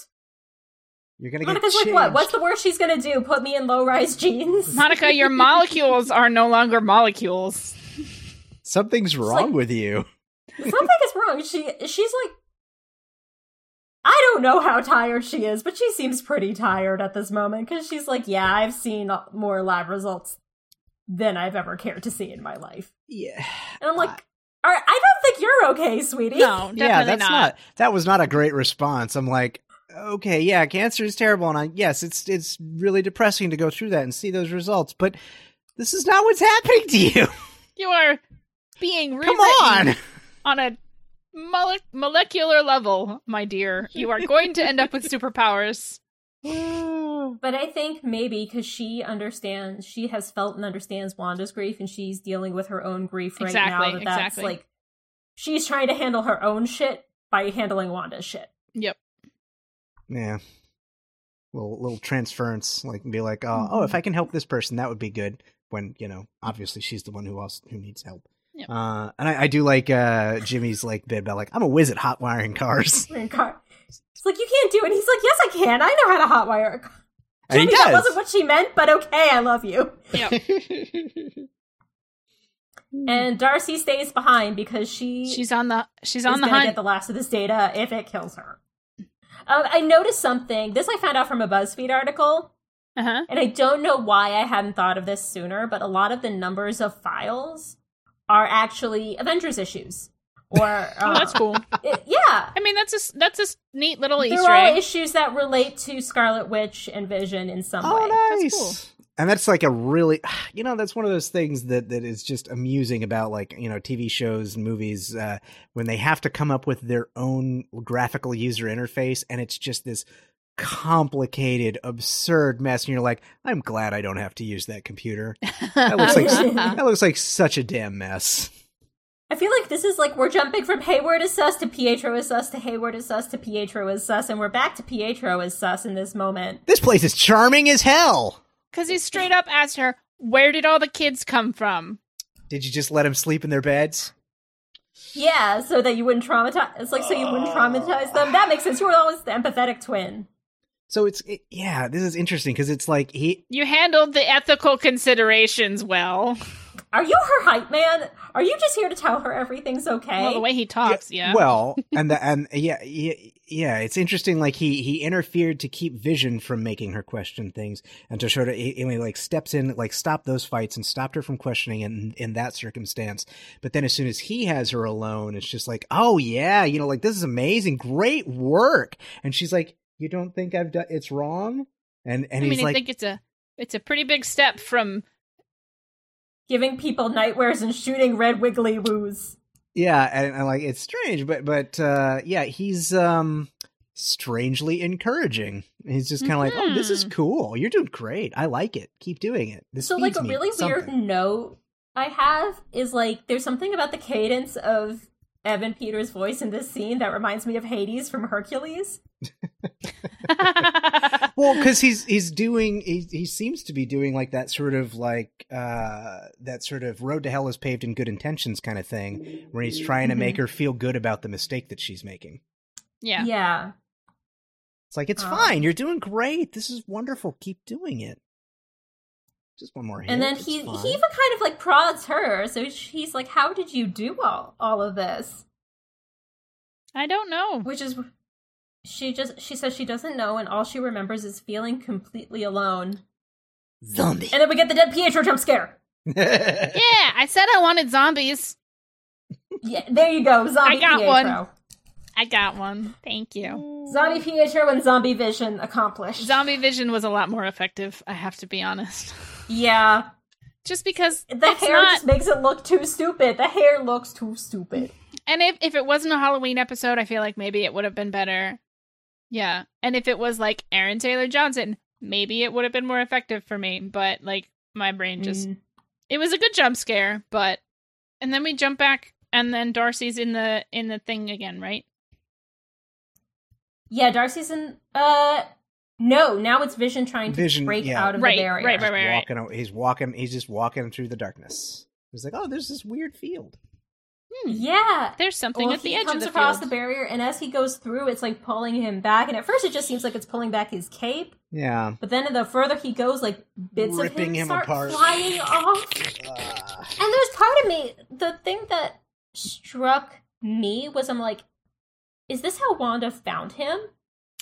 Speaker 2: You're gonna get
Speaker 1: Monica's like,
Speaker 2: changed.
Speaker 1: "What? What's the worst she's gonna do? Put me in low-rise jeans?"
Speaker 3: Monica, your molecules are no longer molecules.
Speaker 2: Something's wrong
Speaker 1: like-
Speaker 2: with you.
Speaker 1: Something is wrong. She she's like, I don't know how tired she is, but she seems pretty tired at this moment because she's like, "Yeah, I've seen more lab results than I've ever cared to see in my life,"
Speaker 2: Yeah,
Speaker 1: and I'm like, "All right, I don't think you're okay, sweetie."
Speaker 3: No, definitely
Speaker 2: yeah. That's
Speaker 3: not.
Speaker 2: That was not a great response. I'm like. Okay, yeah, cancer is terrible, and I, yes, it's it's really depressing to go through that and see those results. But this is not what's happening to you.
Speaker 3: You are being rewritten
Speaker 2: Come on.
Speaker 3: on a mole- molecular level, my dear. You are going to end up with superpowers.
Speaker 1: But I think maybe because she understands, she has felt and understands Wanda's grief, and she's dealing with her own grief right now.
Speaker 3: Exactly,
Speaker 1: That that's
Speaker 3: exactly.
Speaker 1: like she's trying to handle her own shit by handling Wanda's shit.
Speaker 3: Yep.
Speaker 2: Yeah. Little little transference, like be like, oh, oh, if I can help this person, that would be good. When you know, obviously, she's the one who also who needs help.
Speaker 3: Yep.
Speaker 2: Uh, and I, I do like uh, Jimmy's like bit about like I'm a whiz at hot wiring cars.
Speaker 1: And Car- it's like you can't do it. He's like, yes, I can. I know how to hotwire. a car."
Speaker 2: And he
Speaker 1: Jimmy, That wasn't
Speaker 2: does.
Speaker 1: what she meant, but okay, I love you.
Speaker 3: Yep.
Speaker 1: And Darcy stays behind because she
Speaker 3: she's on the she's
Speaker 1: is
Speaker 3: on the
Speaker 1: gonna
Speaker 3: hunt.
Speaker 1: get the last of this data if it kills her. Um, I noticed something. This I found out from a BuzzFeed article.
Speaker 3: uh-huh.
Speaker 1: And I don't know why I hadn't thought of this sooner, but a lot of the numbers of files are actually Avengers issues. Or
Speaker 3: Oh, that's
Speaker 1: uh,
Speaker 3: cool.
Speaker 1: it- yeah,
Speaker 3: I mean, that's a s- that's a s- neat little
Speaker 1: they're
Speaker 3: Easter
Speaker 1: all
Speaker 3: egg.
Speaker 1: issues that relate to Scarlet Witch and Vision in some way.
Speaker 2: Oh, nice.
Speaker 3: That's cool.
Speaker 2: And that's like a really, you know, that's one of those things that that is just amusing about like you know TV shows and movies uh, when they have to come up with their own graphical user interface, and it's just this complicated, absurd mess. And you're like, I'm glad I don't have to use that computer. That looks like that looks like such a damn mess.
Speaker 1: I feel like this is like we're jumping from Hayward is sus to Pietro is sus to Hayward is sus to Pietro is sus, and we're back to Pietro is sus in this moment.
Speaker 2: This place is charming as hell.
Speaker 3: Because he straight up asked her, "Where did all the kids come from?"
Speaker 2: Did you just let them sleep in their beds?
Speaker 1: Yeah, so that you wouldn't traumatize. It's like so you wouldn't traumatize them. That makes sense. You were always the empathetic twin.
Speaker 2: So it's it, yeah, this is interesting because it's like he
Speaker 3: You handled the ethical considerations well.
Speaker 1: Are you her hype man? Are you just here to tell her everything's okay?
Speaker 3: Well, the way he talks, yeah.
Speaker 2: Well, and the, and yeah, yeah, yeah, it's interesting. Like he he interfered to keep Vision from making her question things, and to sort of he, he like steps in, like stopped those fights and stopped her from questioning in in that circumstance. But then as soon as he has her alone, it's just like, oh yeah, you know, like this is amazing, great work. And she's like, you don't think I've done it's wrong? And and
Speaker 3: I mean,
Speaker 2: he's
Speaker 3: I
Speaker 2: like,
Speaker 3: think it's a it's a pretty big step from
Speaker 1: Giving people nightwares and shooting red wiggly woos.
Speaker 2: yeah, and, and like it's strange, but but uh, yeah, he's um strangely encouraging. He's just kind of like, oh, this is
Speaker 3: Mhm.
Speaker 2: cool. You're doing great. I like it. Keep doing it. This
Speaker 1: Mm-hmm. so like
Speaker 2: feeds
Speaker 1: a
Speaker 2: me
Speaker 1: really weird
Speaker 2: something."
Speaker 1: note i have is like there's something about the cadence of evan peters voice in this scene that reminds me of hades from hercules
Speaker 2: Well, because he's he's doing he he seems to be doing like that sort of like uh that sort of road to hell is paved in good intentions kind of thing, where he's trying to make
Speaker 1: Mm-hmm.
Speaker 2: her feel good about the mistake that she's making.
Speaker 3: yeah.
Speaker 1: yeah
Speaker 2: It's like it's
Speaker 1: Oh.
Speaker 2: fine, you're doing great. This is wonderful. Keep doing it. Just one more hit.
Speaker 1: and then
Speaker 2: it's
Speaker 1: he
Speaker 2: fine.
Speaker 1: he even kind of like prods her so she's like how did you do all all of this
Speaker 3: I don't know.
Speaker 1: which is she just she says she doesn't know and all she remembers is feeling completely alone
Speaker 2: zombie.
Speaker 1: and then we get the dead pietro jump scare
Speaker 3: Yeah, I said I wanted zombies.
Speaker 1: yeah there you go zombie
Speaker 3: I got
Speaker 1: pietro
Speaker 3: I got one. Thank
Speaker 1: Mm.
Speaker 3: you.
Speaker 1: zombie pietro and zombie vision accomplished
Speaker 3: Zombie vision was a lot more effective, I have to be honest.
Speaker 1: yeah
Speaker 3: Just because
Speaker 1: The
Speaker 3: it's
Speaker 1: hair
Speaker 3: not
Speaker 1: just makes it look too stupid. The hair looks too stupid.
Speaker 3: And if, if it wasn't a Halloween episode, I feel like maybe it would have been better. Yeah. And if it was like Aaron Taylor Johnson, maybe it would have been more effective for me. But like my brain just
Speaker 1: Mm.
Speaker 3: it was a good jump scare, but and then we jump back and then Darcy's in the in the thing again, right?
Speaker 1: yeah, Darcy's in. Uh, no, now it's Vision trying to
Speaker 2: Vision,
Speaker 1: break
Speaker 2: yeah.
Speaker 1: out of
Speaker 3: Right,
Speaker 1: the barrier.
Speaker 3: right, right.
Speaker 2: walking, o- he's walking. He's just walking through the darkness. He's like, oh, there's this weird field.
Speaker 3: Hmm.
Speaker 1: Yeah.
Speaker 3: There's something
Speaker 1: Well,
Speaker 3: at the
Speaker 1: he
Speaker 3: edge
Speaker 1: comes
Speaker 3: of the
Speaker 1: across
Speaker 3: field.
Speaker 1: the barrier, and as he goes through, it's like pulling him back. And at first, it just seems like it's pulling back his cape,
Speaker 2: Yeah.
Speaker 1: but then the further he goes, like bits of him,
Speaker 2: Ripping him
Speaker 1: start
Speaker 2: apart.
Speaker 1: flying off.
Speaker 2: Ah.
Speaker 1: And there's part of me, the thing that struck me was I'm like, is this how Wanda found him?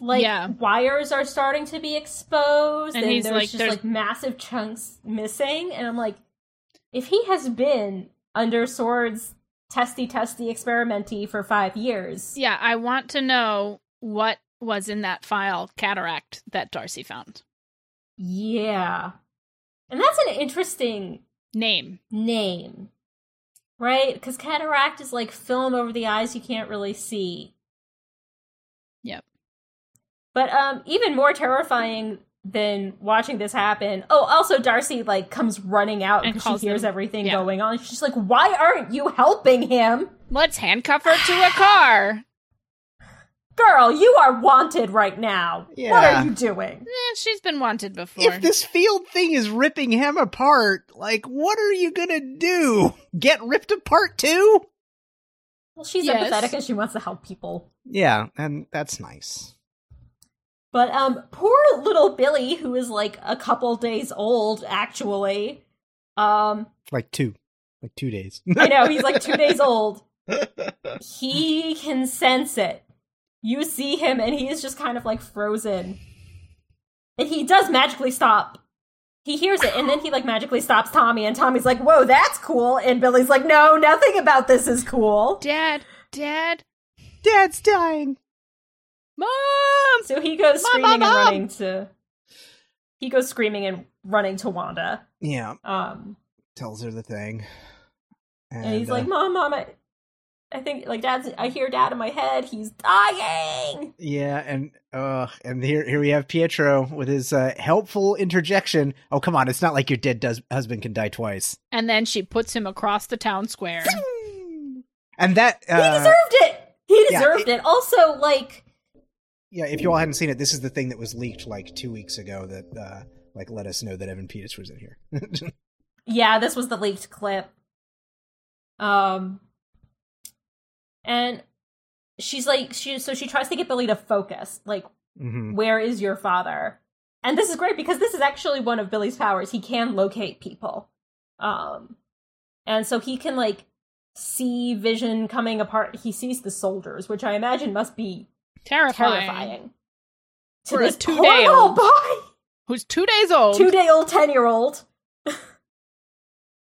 Speaker 1: Like
Speaker 3: Yeah.
Speaker 1: wires are starting to be exposed,
Speaker 3: And
Speaker 1: and,
Speaker 3: he's
Speaker 1: there's
Speaker 3: like,
Speaker 1: just
Speaker 3: there's-
Speaker 1: like massive chunks missing, and I'm like, if he has been under Sword's testy testy experimenty for five years,
Speaker 3: yeah, I want to know what was in that file cataract that Darcy found.
Speaker 1: yeah, and that's an interesting
Speaker 3: Name.
Speaker 1: name, right? Because cataract is like film over the eyes you can't really see.
Speaker 3: Yep.
Speaker 1: But um, even more terrifying than watching this happen. Oh, also Darcy like comes running out
Speaker 3: And
Speaker 1: because
Speaker 3: calls
Speaker 1: she hears
Speaker 3: them.
Speaker 1: everything
Speaker 3: Yeah.
Speaker 1: going on. She's like, "Why aren't you helping him,
Speaker 3: Let's handcuff her to a car.
Speaker 1: girl? You are wanted right now. What
Speaker 2: Yeah.
Speaker 1: are you doing?"
Speaker 3: Eh, she's been wanted before.
Speaker 2: If this field thing is ripping him apart, like, what are you gonna do? Get ripped apart too?
Speaker 1: Well, she's
Speaker 3: Yes.
Speaker 1: empathetic and she wants to help people.
Speaker 2: Yeah, and that's nice.
Speaker 1: But um, poor little Billy, who is like a couple days old, actually. Um,
Speaker 2: Like two, like two days.
Speaker 1: I know he's like two days old. He can sense it. You see him, and he is just kind of like frozen. And he does magically stop. He hears it, and then he like magically stops Tommy, and Tommy's like, "Whoa, that's cool!" And Billy's like, "No, nothing about this is cool."
Speaker 3: Dad, Dad,
Speaker 2: Dad's dying.
Speaker 3: Mom.
Speaker 1: So he goes
Speaker 3: Mom,
Speaker 1: screaming
Speaker 3: Mom, Mom!
Speaker 1: and running to. He goes screaming and running to Wanda.
Speaker 2: Yeah,
Speaker 1: Um,
Speaker 2: tells her the thing, and,
Speaker 1: and he's
Speaker 2: uh,
Speaker 1: like, "Mom, mom, I, I think like dad's. I hear dad in my head. He's dying."
Speaker 2: yeah, and uh, and here here we have Pietro with his uh, helpful interjection. Oh, come on, it's not like your dead does- husband can die twice.
Speaker 3: And then she puts him across the town square.
Speaker 2: And that
Speaker 1: He
Speaker 2: uh,
Speaker 1: deserved it. He
Speaker 2: yeah,
Speaker 1: deserved it. Also, like,
Speaker 2: yeah, if you all hadn't seen it, this is the thing that was leaked like two weeks ago that uh, like let us know that Evan Peters was in here.
Speaker 1: yeah, this was the leaked clip. Um, and she's like, she so she tries to get Billy to focus. Like,
Speaker 2: mm-hmm.
Speaker 1: where is your father? And this is great because this is actually one of Billy's powers. He can locate people. Um, and so he can like see Vision coming apart. He sees the soldiers, which I imagine must be
Speaker 3: Terrifying.
Speaker 1: terrifying. To
Speaker 3: For a
Speaker 1: this poor
Speaker 3: two-day-old.
Speaker 1: little boy.
Speaker 3: Who's two days old?
Speaker 1: two day old ten year old.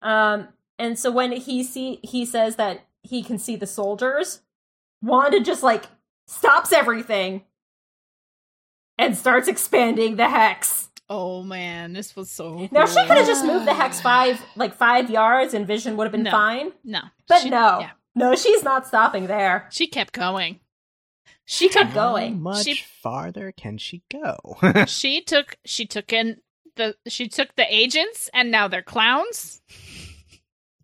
Speaker 1: um, and so when he see he says that he can see the soldiers, Wanda just like stops everything and starts expanding the hex.
Speaker 3: oh man, this was so.
Speaker 1: Now she could have
Speaker 3: cool.
Speaker 1: just moved the hex five like five yards and Vision would have been
Speaker 3: No.
Speaker 1: fine.
Speaker 3: No,
Speaker 1: But
Speaker 3: She-
Speaker 1: no,
Speaker 3: yeah.
Speaker 1: no, she's not stopping there.
Speaker 3: she kept going.
Speaker 1: She kept
Speaker 2: How
Speaker 1: going.
Speaker 2: much
Speaker 3: She-
Speaker 2: farther can she go?
Speaker 3: she took. She took in the. She took the agents, and now they're clowns.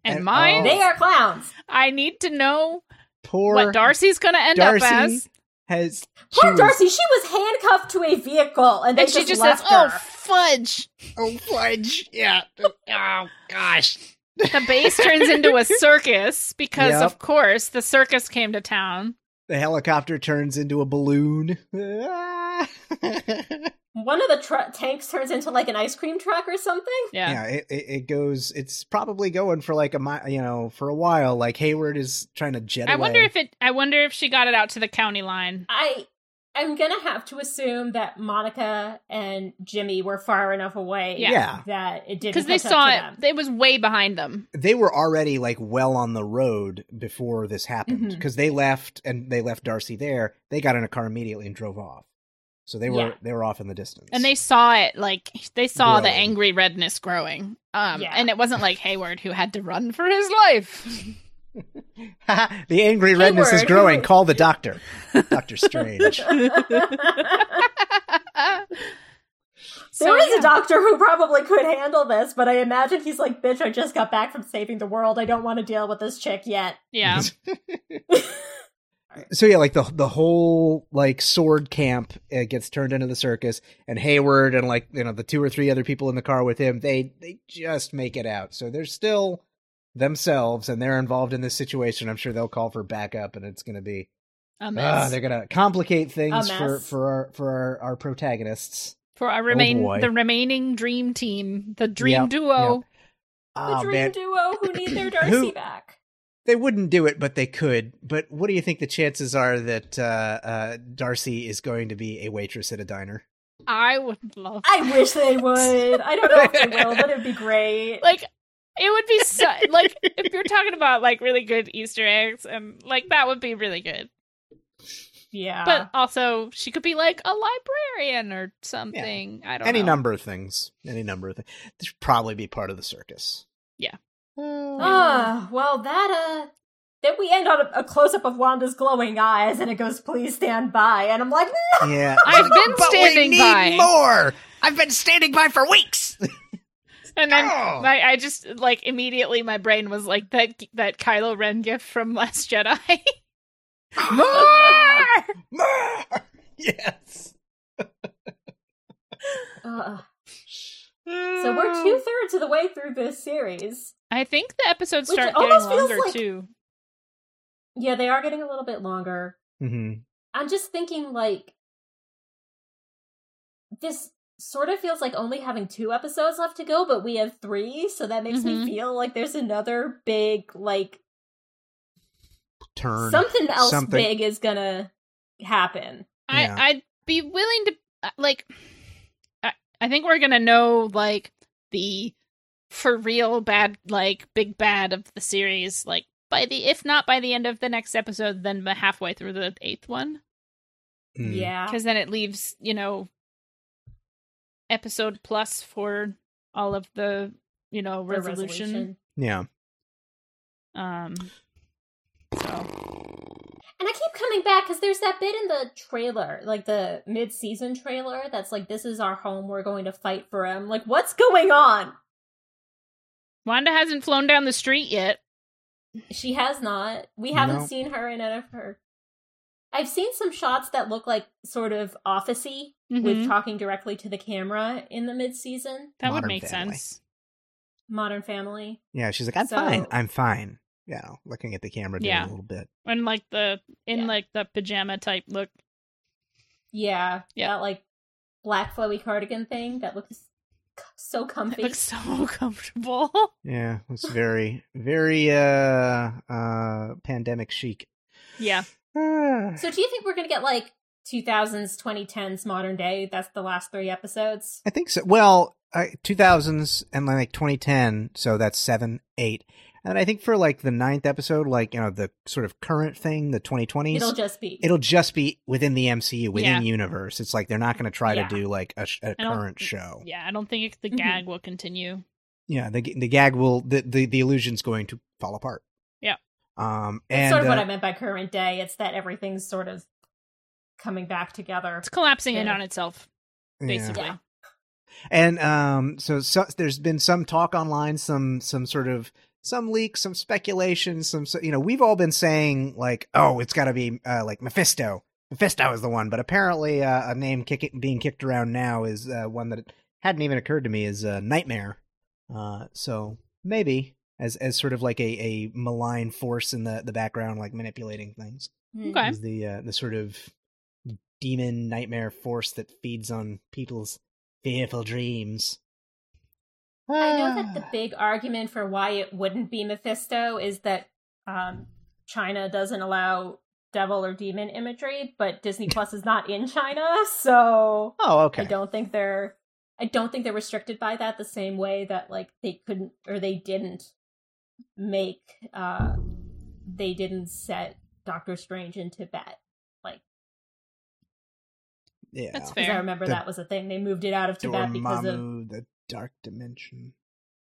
Speaker 3: And,
Speaker 2: And
Speaker 3: mine,
Speaker 2: all-
Speaker 1: They are clowns.
Speaker 3: I need to know
Speaker 2: Poor
Speaker 3: what Darcy's going to end up as.
Speaker 2: has. she
Speaker 1: Poor
Speaker 2: was-
Speaker 1: Darcy, she was handcuffed to a vehicle, and they
Speaker 3: And she just
Speaker 1: left
Speaker 3: says, "Oh
Speaker 1: her.
Speaker 3: fudge!"
Speaker 2: Oh fudge! Yeah. Oh gosh.
Speaker 3: The base turns into a circus because,
Speaker 2: Yep.
Speaker 3: of course, the circus came to town.
Speaker 2: The helicopter turns into a balloon. Ah. yeah,
Speaker 1: One of the tr- tanks turns into like an ice cream truck or something.
Speaker 3: Yeah,
Speaker 2: it, it, it goes. It's probably going for like a mi- you know for a while. Like Hayward is trying to jet
Speaker 3: I
Speaker 2: away.
Speaker 3: wonder if it. I wonder if she got it out to the county line.
Speaker 1: I I'm gonna have to assume that Monica and Jimmy were far enough away
Speaker 3: Yeah.
Speaker 2: Yeah.
Speaker 1: that it didn't
Speaker 3: because they
Speaker 1: catch up
Speaker 3: saw
Speaker 1: to
Speaker 3: it.
Speaker 1: them.
Speaker 3: It was way behind them.
Speaker 2: they were already like well on the road before this
Speaker 3: Mm-hmm.
Speaker 2: happened
Speaker 1: Mhm.
Speaker 2: because they left and they left Darcy there. They got in a car immediately and drove off. So they were
Speaker 1: Yeah.
Speaker 2: they were off in the distance.
Speaker 3: and they saw it like they saw the
Speaker 2: Growing.
Speaker 3: angry redness growing um
Speaker 1: Yeah.
Speaker 3: and it wasn't like hayward who had to run for his life
Speaker 2: the angry redness is
Speaker 1: Hayward.
Speaker 2: growing. Call the doctor, Doctor Strange.
Speaker 3: so
Speaker 1: there is
Speaker 3: yeah.
Speaker 1: a doctor who probably could handle this, but I imagine he's like, "Bitch, I just got back from saving the world. I don't want to deal with this chick yet."
Speaker 3: yeah
Speaker 2: so yeah, like the the whole like sword camp uh, gets turned into the circus, and Hayward and like you know the two or three other people in the car with him, they they just make it out. So they're still themselves, and they're involved in this situation. I'm sure they'll call for backup, and it's going to be
Speaker 3: a
Speaker 2: ah,
Speaker 3: mess.
Speaker 2: they're going to complicate things
Speaker 1: A
Speaker 2: for
Speaker 1: mess.
Speaker 2: for our for our, our protagonists.
Speaker 3: for our remain
Speaker 2: Oh, boy.
Speaker 3: the remaining dream team the dream
Speaker 2: Yep,
Speaker 3: duo
Speaker 1: The
Speaker 2: Ah,
Speaker 1: dream
Speaker 2: man.
Speaker 1: duo who need their
Speaker 2: Who-
Speaker 1: Darcy back.
Speaker 2: they wouldn't do it, but they could. But what do you think the chances are that uh, uh, Darcy is going to be a waitress at a diner?
Speaker 3: i would love
Speaker 1: I wish they would. I don't know if they will, but it'd be great.
Speaker 3: like it would be so like if you're talking about like really good easter eggs and like that would be really good
Speaker 1: yeah,
Speaker 3: but also she could be like a librarian or something i don't
Speaker 2: Any
Speaker 3: know
Speaker 2: number of things. Any number of things. This should probably be part of the circus.
Speaker 3: Yeah.
Speaker 1: Ah, well, that, uh, then we end on a, a close up of Wanda's glowing eyes and it goes, please stand by. And I'm like, no!
Speaker 2: Yeah.
Speaker 3: I've been
Speaker 2: But we
Speaker 3: standing
Speaker 2: need
Speaker 3: by.
Speaker 2: more. I've been standing by for weeks.
Speaker 3: And then
Speaker 2: Oh.
Speaker 3: my, I just like immediately my brain was like that that Kylo Ren gift from Last Jedi.
Speaker 2: More. Yes.
Speaker 1: Ugh. so we're two thirds of the way through this series.
Speaker 3: I think the episodes
Speaker 1: Which
Speaker 3: start getting
Speaker 1: almost feels
Speaker 3: longer
Speaker 1: like-
Speaker 3: too.
Speaker 1: Yeah, they are getting a little bit longer.
Speaker 2: hmm
Speaker 1: I'm just thinking, like, this sort of feels like only having two episodes left to go, but we have three, so that makes
Speaker 3: Mhm.
Speaker 1: me feel like there's another big, like,
Speaker 2: Turn.
Speaker 1: something else
Speaker 2: something.
Speaker 1: big is gonna happen.
Speaker 2: Yeah.
Speaker 3: I I'd be willing to uh, like. I, I think we're gonna know like the for real bad like big bad of the series like by the if not by the end of the next episode then by halfway through the eighth one.
Speaker 2: Mm.
Speaker 1: Yeah.
Speaker 3: because then it leaves you know episode plus for all of the you know
Speaker 1: for
Speaker 3: resolution,
Speaker 2: Yeah.
Speaker 3: um so
Speaker 1: And I keep coming back because there's that bit in the trailer, like the mid-season trailer, that's like, "This is our home. We're going to fight for him." Like, what's going on?
Speaker 3: wanda hasn't flown down the street yet
Speaker 1: She has not. We haven't
Speaker 2: No.
Speaker 1: seen her in any of her. I've seen some shots that look like sort of officey with
Speaker 3: Mhm.
Speaker 1: talking directly to the camera in the mid-season
Speaker 3: that would
Speaker 2: Modern
Speaker 3: make
Speaker 2: Family.
Speaker 3: sense
Speaker 1: Modern Family.
Speaker 2: Yeah. She's like, I'm
Speaker 1: So-
Speaker 2: fine. I'm fine. You know, looking at the camera doing
Speaker 3: Yeah.
Speaker 2: a little bit.
Speaker 3: and like the in
Speaker 1: Yeah.
Speaker 3: like the pajama type look
Speaker 1: Yeah,
Speaker 3: Yeah.
Speaker 1: that like black flowy cardigan thing that looks so comfy.
Speaker 3: It looks so comfortable.
Speaker 2: Yeah, it's very, very uh uh pandemic chic.
Speaker 3: yeah.
Speaker 2: Ah.
Speaker 1: So do you think we're gonna get like 2000s, 2010s, modern day? That's the last three episodes.
Speaker 2: I think so. Well, I, 2000s and like 2010, so that's seven, eight, and I think for like the ninth episode, like you know the sort of current thing, the 2020s,
Speaker 1: It'll just be.
Speaker 2: it'll just be within the MCU, within
Speaker 3: Yeah.
Speaker 2: universe. It's like they're not going to try
Speaker 1: Yeah.
Speaker 2: to do like a, sh- a
Speaker 3: I don't-
Speaker 2: current show. Yeah,
Speaker 3: Yeah, I don't think it, the
Speaker 1: Mhm.
Speaker 3: gag will continue.
Speaker 2: the g- the gag will the the, the illusion's going to fall apart.
Speaker 3: Yeah.
Speaker 2: Um,
Speaker 1: That's
Speaker 2: and
Speaker 1: sort of what
Speaker 2: uh,
Speaker 1: I meant by current day. It's that everything's sort of coming back together.
Speaker 3: It's collapsing in
Speaker 1: Yeah.
Speaker 3: on itself,
Speaker 2: yeah.
Speaker 3: basically.
Speaker 1: Yeah.
Speaker 2: And um, so, so there's been some talk online, some some sort of some leaks, some speculation, some so- you know we've all been saying like, oh, it's got to be uh, like Mephisto. Mephisto is the one, but apparently uh, a name kick- being kicked around now is uh, one that hadn't even occurred to me is uh, Nightmare. Uh, so maybe as as sort of like a, a malign force in the, the background, like manipulating things
Speaker 1: Hmm.
Speaker 3: Okay.
Speaker 2: is the uh, the sort of demon nightmare force that feeds on people's fearful dreams.
Speaker 1: I know that the big argument for why it wouldn't be Mephisto is that um, China doesn't allow devil or demon imagery, but Disney Plus is not in China, so
Speaker 2: oh, okay.
Speaker 1: I don't think they're I don't think they're restricted by that the same way that like they couldn't or they didn't make uh they didn't set Doctor Strange in Tibet.
Speaker 2: yeah.
Speaker 1: Because
Speaker 3: That's
Speaker 1: I
Speaker 3: fair.
Speaker 1: remember
Speaker 2: The-
Speaker 1: that was a thing. They moved it out of Tibet because of
Speaker 2: Dormammu, the dark dimension.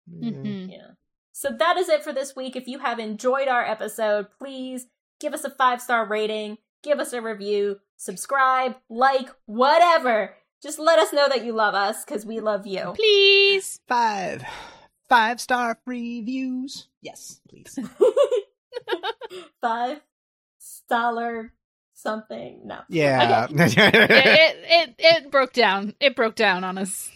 Speaker 2: Yeah.
Speaker 3: hmm
Speaker 1: Yeah. So that is it for this week. If you have enjoyed our episode, please give us a five star rating, give us a review, subscribe, like, whatever. Just let us know that you love us because we love you.
Speaker 3: Please.
Speaker 2: Five, five star reviews. Yes, please.
Speaker 1: five star something. No.
Speaker 2: Yeah.
Speaker 3: it, it, it it broke down. It broke down on us.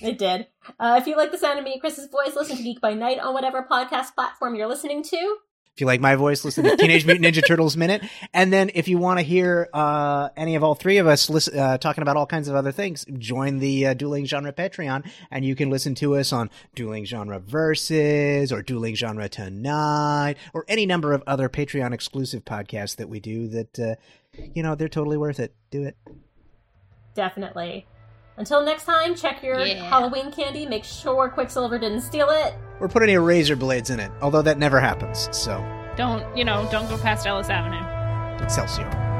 Speaker 1: It did. Uh, if you like the sound of me and Chris's voice, listen to Geek by Night on whatever podcast platform you're listening to.
Speaker 2: If you like my voice, listen to Teenage Mutant Ninja Turtles Minute. And then if you want to hear uh, any of all three of us listen, uh, talking about all kinds of other things, join the uh, Dueling Genre Patreon, and you can listen to us on Dueling Genre Versus or Dueling Genre Tonight or any number of other Patreon exclusive podcasts that we do that, uh, you know, they're totally worth it. Do it.
Speaker 1: Definitely. Until next time, check your
Speaker 3: Yeah.
Speaker 1: Halloween candy. Make sure Quicksilver didn't steal it.
Speaker 2: Or put any razor blades in it, although that never happens. So,
Speaker 3: Don't you know? Don't go past Ellis Avenue.
Speaker 2: Excelsior.